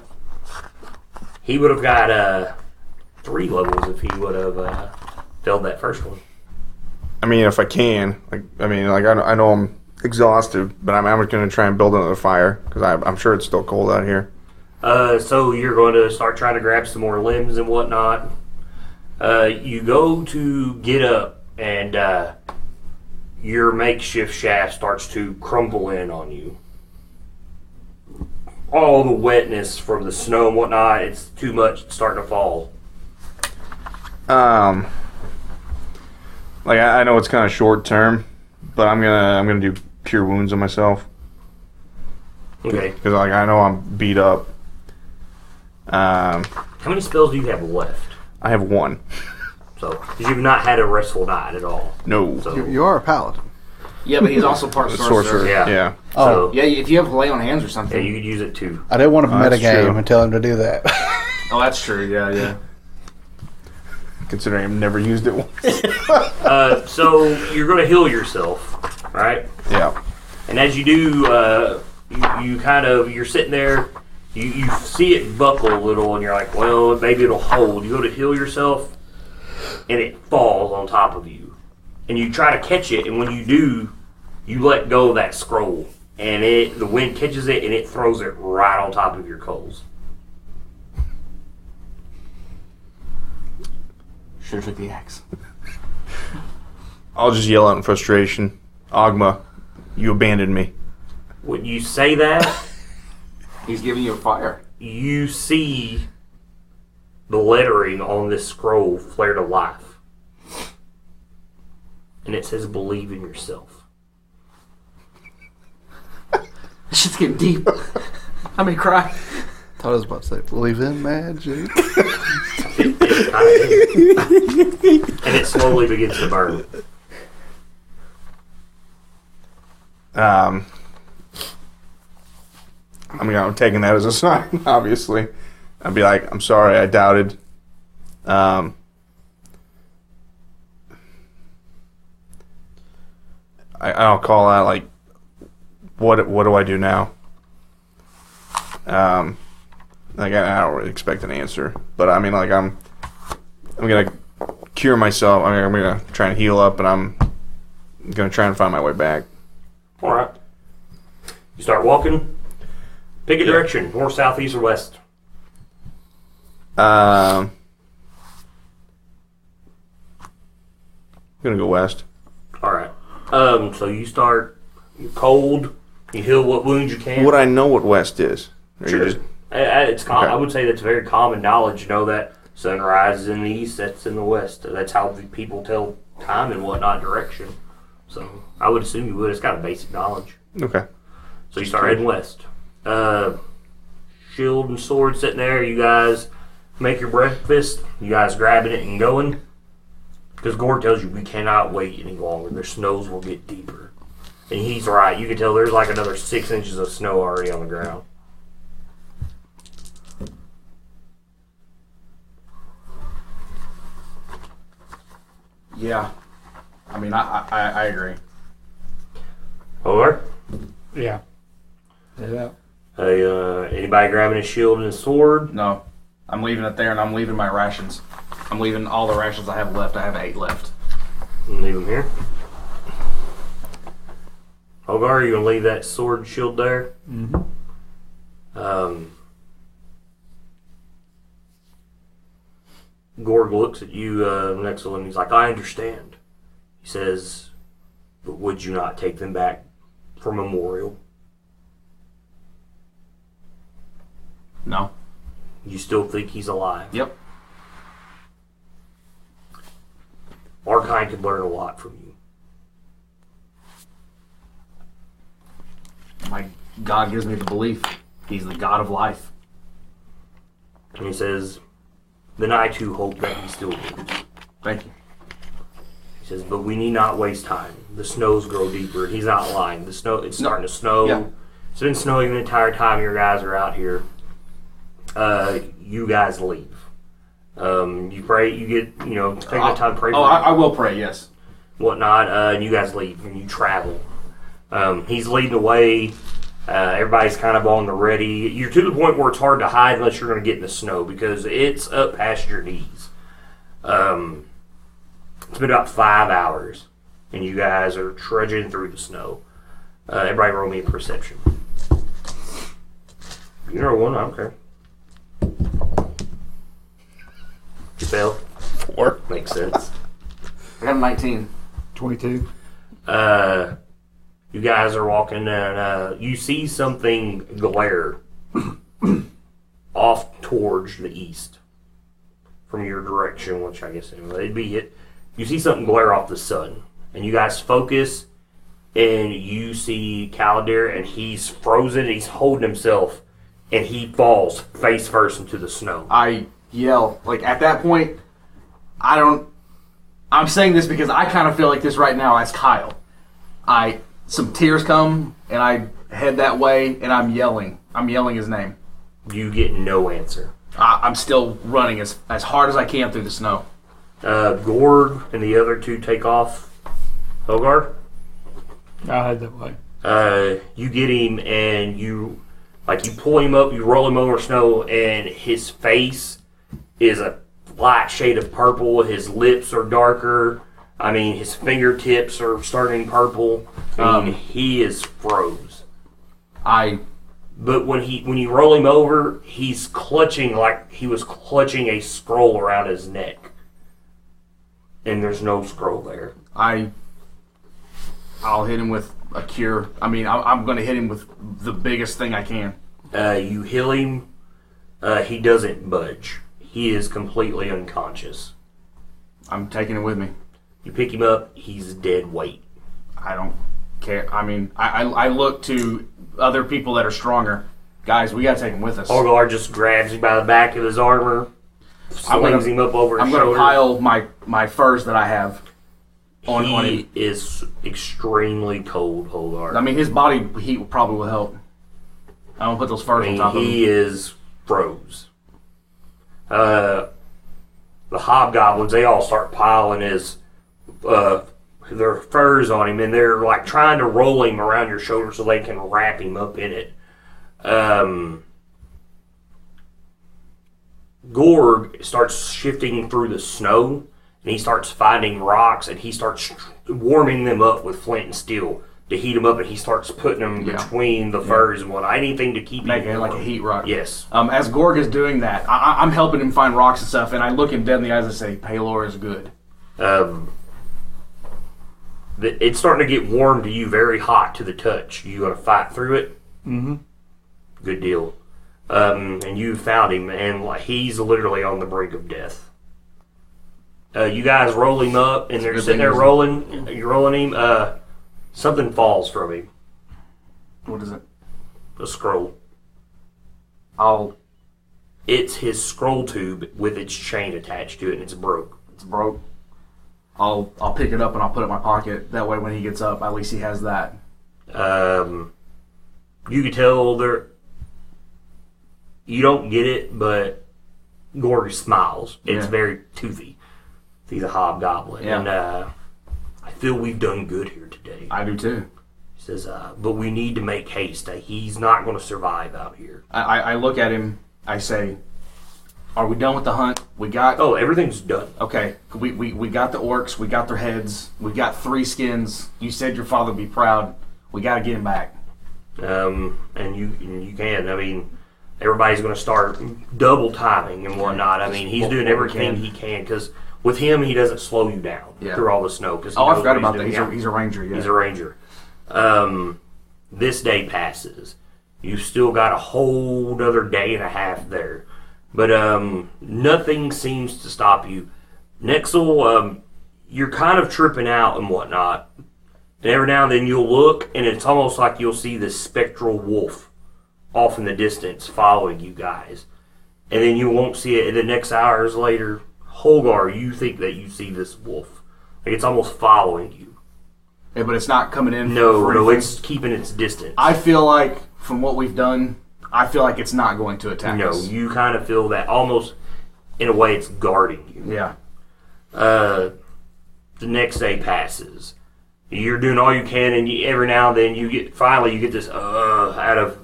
Speaker 1: He would have got uh, three levels if he would have uh, failed that first one.
Speaker 3: I mean, if I can, like, I mean, like, I, I know I'm exhausted, but I'm, I'm going to try and build another fire because I'm sure it's still cold out here.
Speaker 1: Uh, so you're going to start trying to grab some more limbs and whatnot. Uh, you go to get up, and uh, your makeshift shaft starts to crumble in on you. All the wetness from the snow and whatnot, it's too much, it's starting to fall.
Speaker 3: Um, like, I, I know it's kind of short term, but I'm gonna I'm gonna do pure wounds on myself
Speaker 1: Okay.
Speaker 3: because like I know I'm beat up. Um,
Speaker 1: How many spells do you have left?
Speaker 3: I have one.
Speaker 1: So, 'cause you've not had a restful night at all.
Speaker 3: No.
Speaker 1: So,
Speaker 4: You, you are a paladin.
Speaker 2: Yeah, but he's also
Speaker 7: <laughs>
Speaker 2: part sorcerer.
Speaker 3: sorcerer.
Speaker 1: Yeah.
Speaker 3: Yeah.
Speaker 4: oh.
Speaker 1: so
Speaker 2: Yeah, if you have lay on hands or
Speaker 1: yeah,
Speaker 2: something.
Speaker 1: you could use it too.
Speaker 4: I didn't want to
Speaker 3: that's
Speaker 4: metagame
Speaker 3: true.
Speaker 4: and tell him to do <laughs> that.
Speaker 2: oh, that's true. Yeah, yeah.
Speaker 3: Considering I've never used it. once. <laughs>
Speaker 1: Uh, so you're going to heal yourself, right?
Speaker 3: yeah.
Speaker 1: And as you do, uh, you, you kind of you're sitting there, you, you see it buckle a little, and you're like, well, maybe it'll hold. You go to heal yourself, and it falls on top of you, and you try to catch it, and when you do, you let go of that scroll, and it the wind catches it, and it throws it right on top of your coals.
Speaker 2: Should have took the axe.
Speaker 3: I'll just yell out in frustration. Agma, you abandoned me.
Speaker 1: When you say that.
Speaker 2: He's giving you a fire.
Speaker 1: you see the lettering on this scroll flare to life. And it says, believe in yourself.
Speaker 2: <laughs> This shit's getting deep. I may cry.
Speaker 4: I was about to say, believe in magic.
Speaker 1: and
Speaker 3: <laughs>
Speaker 1: it slowly begins to burn.
Speaker 3: Um, I mean, I'm taking that as a sign, <laughs> obviously. I'd be like, I'm sorry, I doubted. Um, I, I'll call out, like, what what do I do now? Um, like, I, I don't really expect an answer. But, I mean, like, I'm, I'm going to cure myself. I mean, I'm going to try and heal up, and I'm going to try and find my way back.
Speaker 1: All right. You start walking. Pick a direction north, south, east, or west.
Speaker 3: Um, I'm gonna go west.
Speaker 1: All right. Um, so you start, you're cold, You heal what wounds you can.
Speaker 3: Would I know what West is? Or you
Speaker 1: Sure.
Speaker 3: just-
Speaker 1: I, I, it's com-
Speaker 3: Okay.
Speaker 1: I would say that's very common knowledge. You know that sunrise is in the east, that's in the west. That's how the people tell time and whatnot direction. So I would assume you would. It's kind of basic knowledge.
Speaker 3: okay.
Speaker 1: So you start heading west. Uh, shield and sword sitting there. You guys make your breakfast. You guys grabbing it and going. Because Gore tells you we cannot wait any longer. The snows will get deeper. And he's right. You can tell there's like another six inches of snow already on the ground.
Speaker 2: Yeah. I mean, I, I, I agree.
Speaker 1: Or
Speaker 5: Yeah. Yeah.
Speaker 1: hey, uh, anybody grabbing a shield and a sword?
Speaker 2: No, I'm leaving it there, and I'm leaving my rations. I'm leaving all the rations I have left. I have eight left.
Speaker 1: Leave them here. Hogar, you gonna leave that sword and shield there?
Speaker 5: Mm-hmm.
Speaker 1: Um, Gorg looks at you uh, next to him. He's like, I understand. He says, But would you not take them back for memorial?
Speaker 2: No.
Speaker 1: You still think he's alive?
Speaker 2: Yep.
Speaker 1: Arkine could learn a lot from you.
Speaker 2: My God gives me the belief. He's the God of life.
Speaker 1: And he says, Then I too hope that he still lives.
Speaker 2: Thank you.
Speaker 1: He says, But we need not waste time. The snows grow deeper. And he's not lying. The snow it's starting to snow.
Speaker 2: Yeah.
Speaker 1: It's been snowing the entire time your guys are out here. Uh, you guys leave. Um, you pray, you get, you know, take the time to pray
Speaker 2: oh,
Speaker 1: for
Speaker 2: I, I will pray. Yes.
Speaker 1: whatnot, uh, and you guys leave and you travel. Um, he's leading the way. Uh, everybody's kind of on the ready. You're to the point where it's hard to hide unless you're going to get in the snow because it's up past your knees. Um, it's been about five hours, and you guys are trudging through the snow. Uh, everybody roll me a perception. You know one, I don't care. You fail.
Speaker 3: Four.
Speaker 1: Makes sense.
Speaker 2: I got a 19.
Speaker 5: 22.
Speaker 1: uh, you guys are walking and uh, you see something glare off towards the east from your direction, which I guess anyway, it'd be it. You see something glare off the sun, and you guys focus, and you see Caldir, and he's frozen, he's holding himself, and he falls face first into the snow.
Speaker 2: I yell. Like at that point, I don't. I'm saying this because I kind of feel like this right now as Kyle. I some tears come and I head that way and I'm yelling. I'm yelling his name.
Speaker 1: You get no answer.
Speaker 2: I, I'm still running as as hard as I can through the snow.
Speaker 1: Uh, Gorg and the other two take off. Hogarth?
Speaker 5: I had that way.
Speaker 1: uh, you get him and you like you pull him up, you roll him over snow, and his face is a light shade of purple. His lips are darker. I mean, his fingertips are starting purple. I mean, he is froze.
Speaker 2: I
Speaker 1: But when he when you roll him over, he's clutching like he was clutching a scroll around his neck, and there's no scroll there.
Speaker 2: I I'll hit him with a cure. I mean, I, I'm going to hit him with the biggest thing I can.
Speaker 1: Uh, you heal him. Uh, he doesn't budge. He is completely unconscious.
Speaker 2: I'm taking it with me.
Speaker 1: You pick him up. He's dead weight.
Speaker 2: I don't care. I mean, I, I, I look to other people that are stronger. Guys, we gotta take him with us.
Speaker 1: Orgar just grabs him by the back of his armor,
Speaker 2: I'm gonna-
Speaker 1: slings him up over his
Speaker 2: I'm gonna
Speaker 1: shoulder.
Speaker 2: pile my my furs that I have on, on
Speaker 1: he
Speaker 2: him.
Speaker 1: is extremely cold, Holgar.
Speaker 2: I mean, his body heat will probably will help. I'm gonna put those furs
Speaker 1: I mean,
Speaker 2: on top of him.
Speaker 1: he is froze. Uh, the hobgoblins, they all start piling his uh, their furs on him, and they're like trying to roll him around your shoulder so they can wrap him up in it. Um, Gorg starts shifting through the snow, and he starts finding rocks, and he starts warming them up with flint and steel. To heat them up, and he starts putting them
Speaker 2: Yeah.
Speaker 1: between the furs and what anything to keep
Speaker 2: Make it
Speaker 1: him
Speaker 2: like a
Speaker 1: warm.
Speaker 2: heat rock.
Speaker 1: Yes.
Speaker 2: Um, as Gorg is doing that, I, I- I'm helping him find rocks and stuff, and I look him dead in the eyes and say, "Paylor is good."
Speaker 1: Um, that Um, it's starting to get warm to you, very hot to the touch. You going to fight through it? Mm-hmm. Good deal. Um, and you found him, and like, he's literally on the brink of death. Uh, you guys roll him up, and they're
Speaker 2: good
Speaker 1: sitting
Speaker 2: thing
Speaker 1: there
Speaker 2: he's-
Speaker 1: rolling. You're rolling him. Uh, something falls from him.
Speaker 2: What is it?
Speaker 1: A scroll.
Speaker 2: I'll.
Speaker 1: It's his scroll tube with its chain attached to it, and it's broke.
Speaker 2: It's broke. I'll I'll pick it up and I'll put it in my pocket. That way, when he gets up, at least he has that.
Speaker 1: Um, you could tell there. You don't get it, but Gory smiles. It's
Speaker 2: Yeah.
Speaker 1: very toothy. He's a hobgoblin,
Speaker 2: Yeah.
Speaker 1: and uh, I feel we've done good here today.
Speaker 2: I do too.
Speaker 1: He says, uh, "But we need to make haste. Uh, He's not going to survive out here."
Speaker 2: I, I, I look at him. I say, "Are we done with the hunt? We got
Speaker 1: Oh, everything's done.
Speaker 2: okay. We, we we got the orcs. We got their heads. We got three skins. You said your father would be proud. We got to get him back.
Speaker 1: um, and you and you can. I mean, everybody's going to start double timing and whatnot. I mean, he's
Speaker 2: what-
Speaker 1: doing
Speaker 2: what we
Speaker 1: everything
Speaker 2: can.
Speaker 1: he can because with him, he doesn't slow you down
Speaker 2: Yeah.
Speaker 1: through all the snow. Because
Speaker 2: Oh, I forgot about that. He's a, he's a ranger. Yeah.
Speaker 1: He's a ranger. Um, this day passes. You've still got a whole other day and a half there, but um, nothing seems to stop you. Nexel, um, you're kind of tripping out and whatnot. And every now and then you'll look, and it's almost like you'll see this spectral wolf off in the distance following you guys. And then you won't see it. And the next hours later, Holgar, you think that you see this wolf. Like it's almost following you.
Speaker 2: Yeah, but it's not coming in.
Speaker 1: No,
Speaker 2: for
Speaker 1: no,
Speaker 2: anything.
Speaker 1: it's keeping its distance.
Speaker 2: I feel like from what we've done, I feel like it's not going to attack
Speaker 1: no,
Speaker 2: us.
Speaker 1: you kind of feel that almost in a way it's guarding you.
Speaker 2: Yeah.
Speaker 1: Uh, the next day passes. You're doing all you can, and you, every now and then you get finally you get this uh out of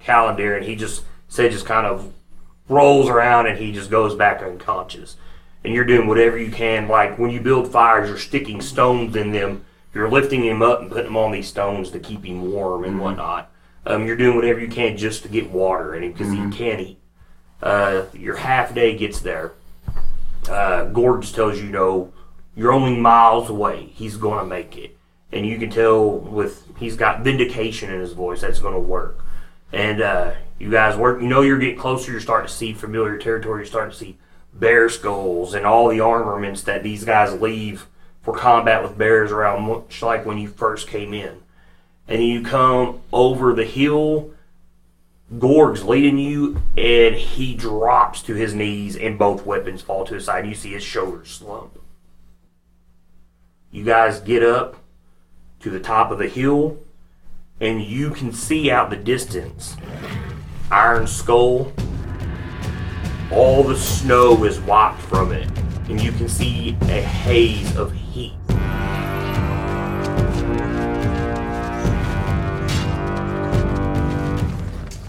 Speaker 1: calendar, and he just said just kind of rolls around, and he just goes back unconscious. And you're doing whatever you can. Like when you build fires, you're sticking stones in them. You're lifting him up and putting him on these stones to keep him warm and whatnot. Um, you're doing whatever you can just to get water in him because he can't eat. Uh, your half day gets there uh, Gordon tells you, no, you're only miles away. He's going to make it. And you can tell with, he's got vindication in his voice that's going to work. And uh, you guys work, you know you're getting closer. You're starting to see familiar territory. You're starting to see bear skulls and all the armaments that these guys leave for combat with bears around, much like when you first came in. And you come over the hill Gorg's leading you, and he drops to his knees, and both weapons fall to his side. You see his shoulders slump. You guys get up to the top of the hill, and you can see out the distance Iron Skull. All the snow is wiped from it, and you can see a haze of heat.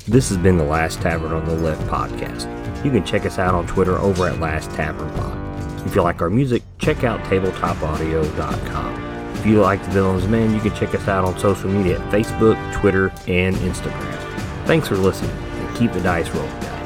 Speaker 1: This has been the Last Tavern on the Left podcast. You can check us out on Twitter over at Last Tavern Pod. If you like our music, check out tabletopaudio.com. If you like the Villains Man, you can check us out on social media at Facebook, Twitter, and Instagram. Thanks for listening, and keep the dice rolling, guys.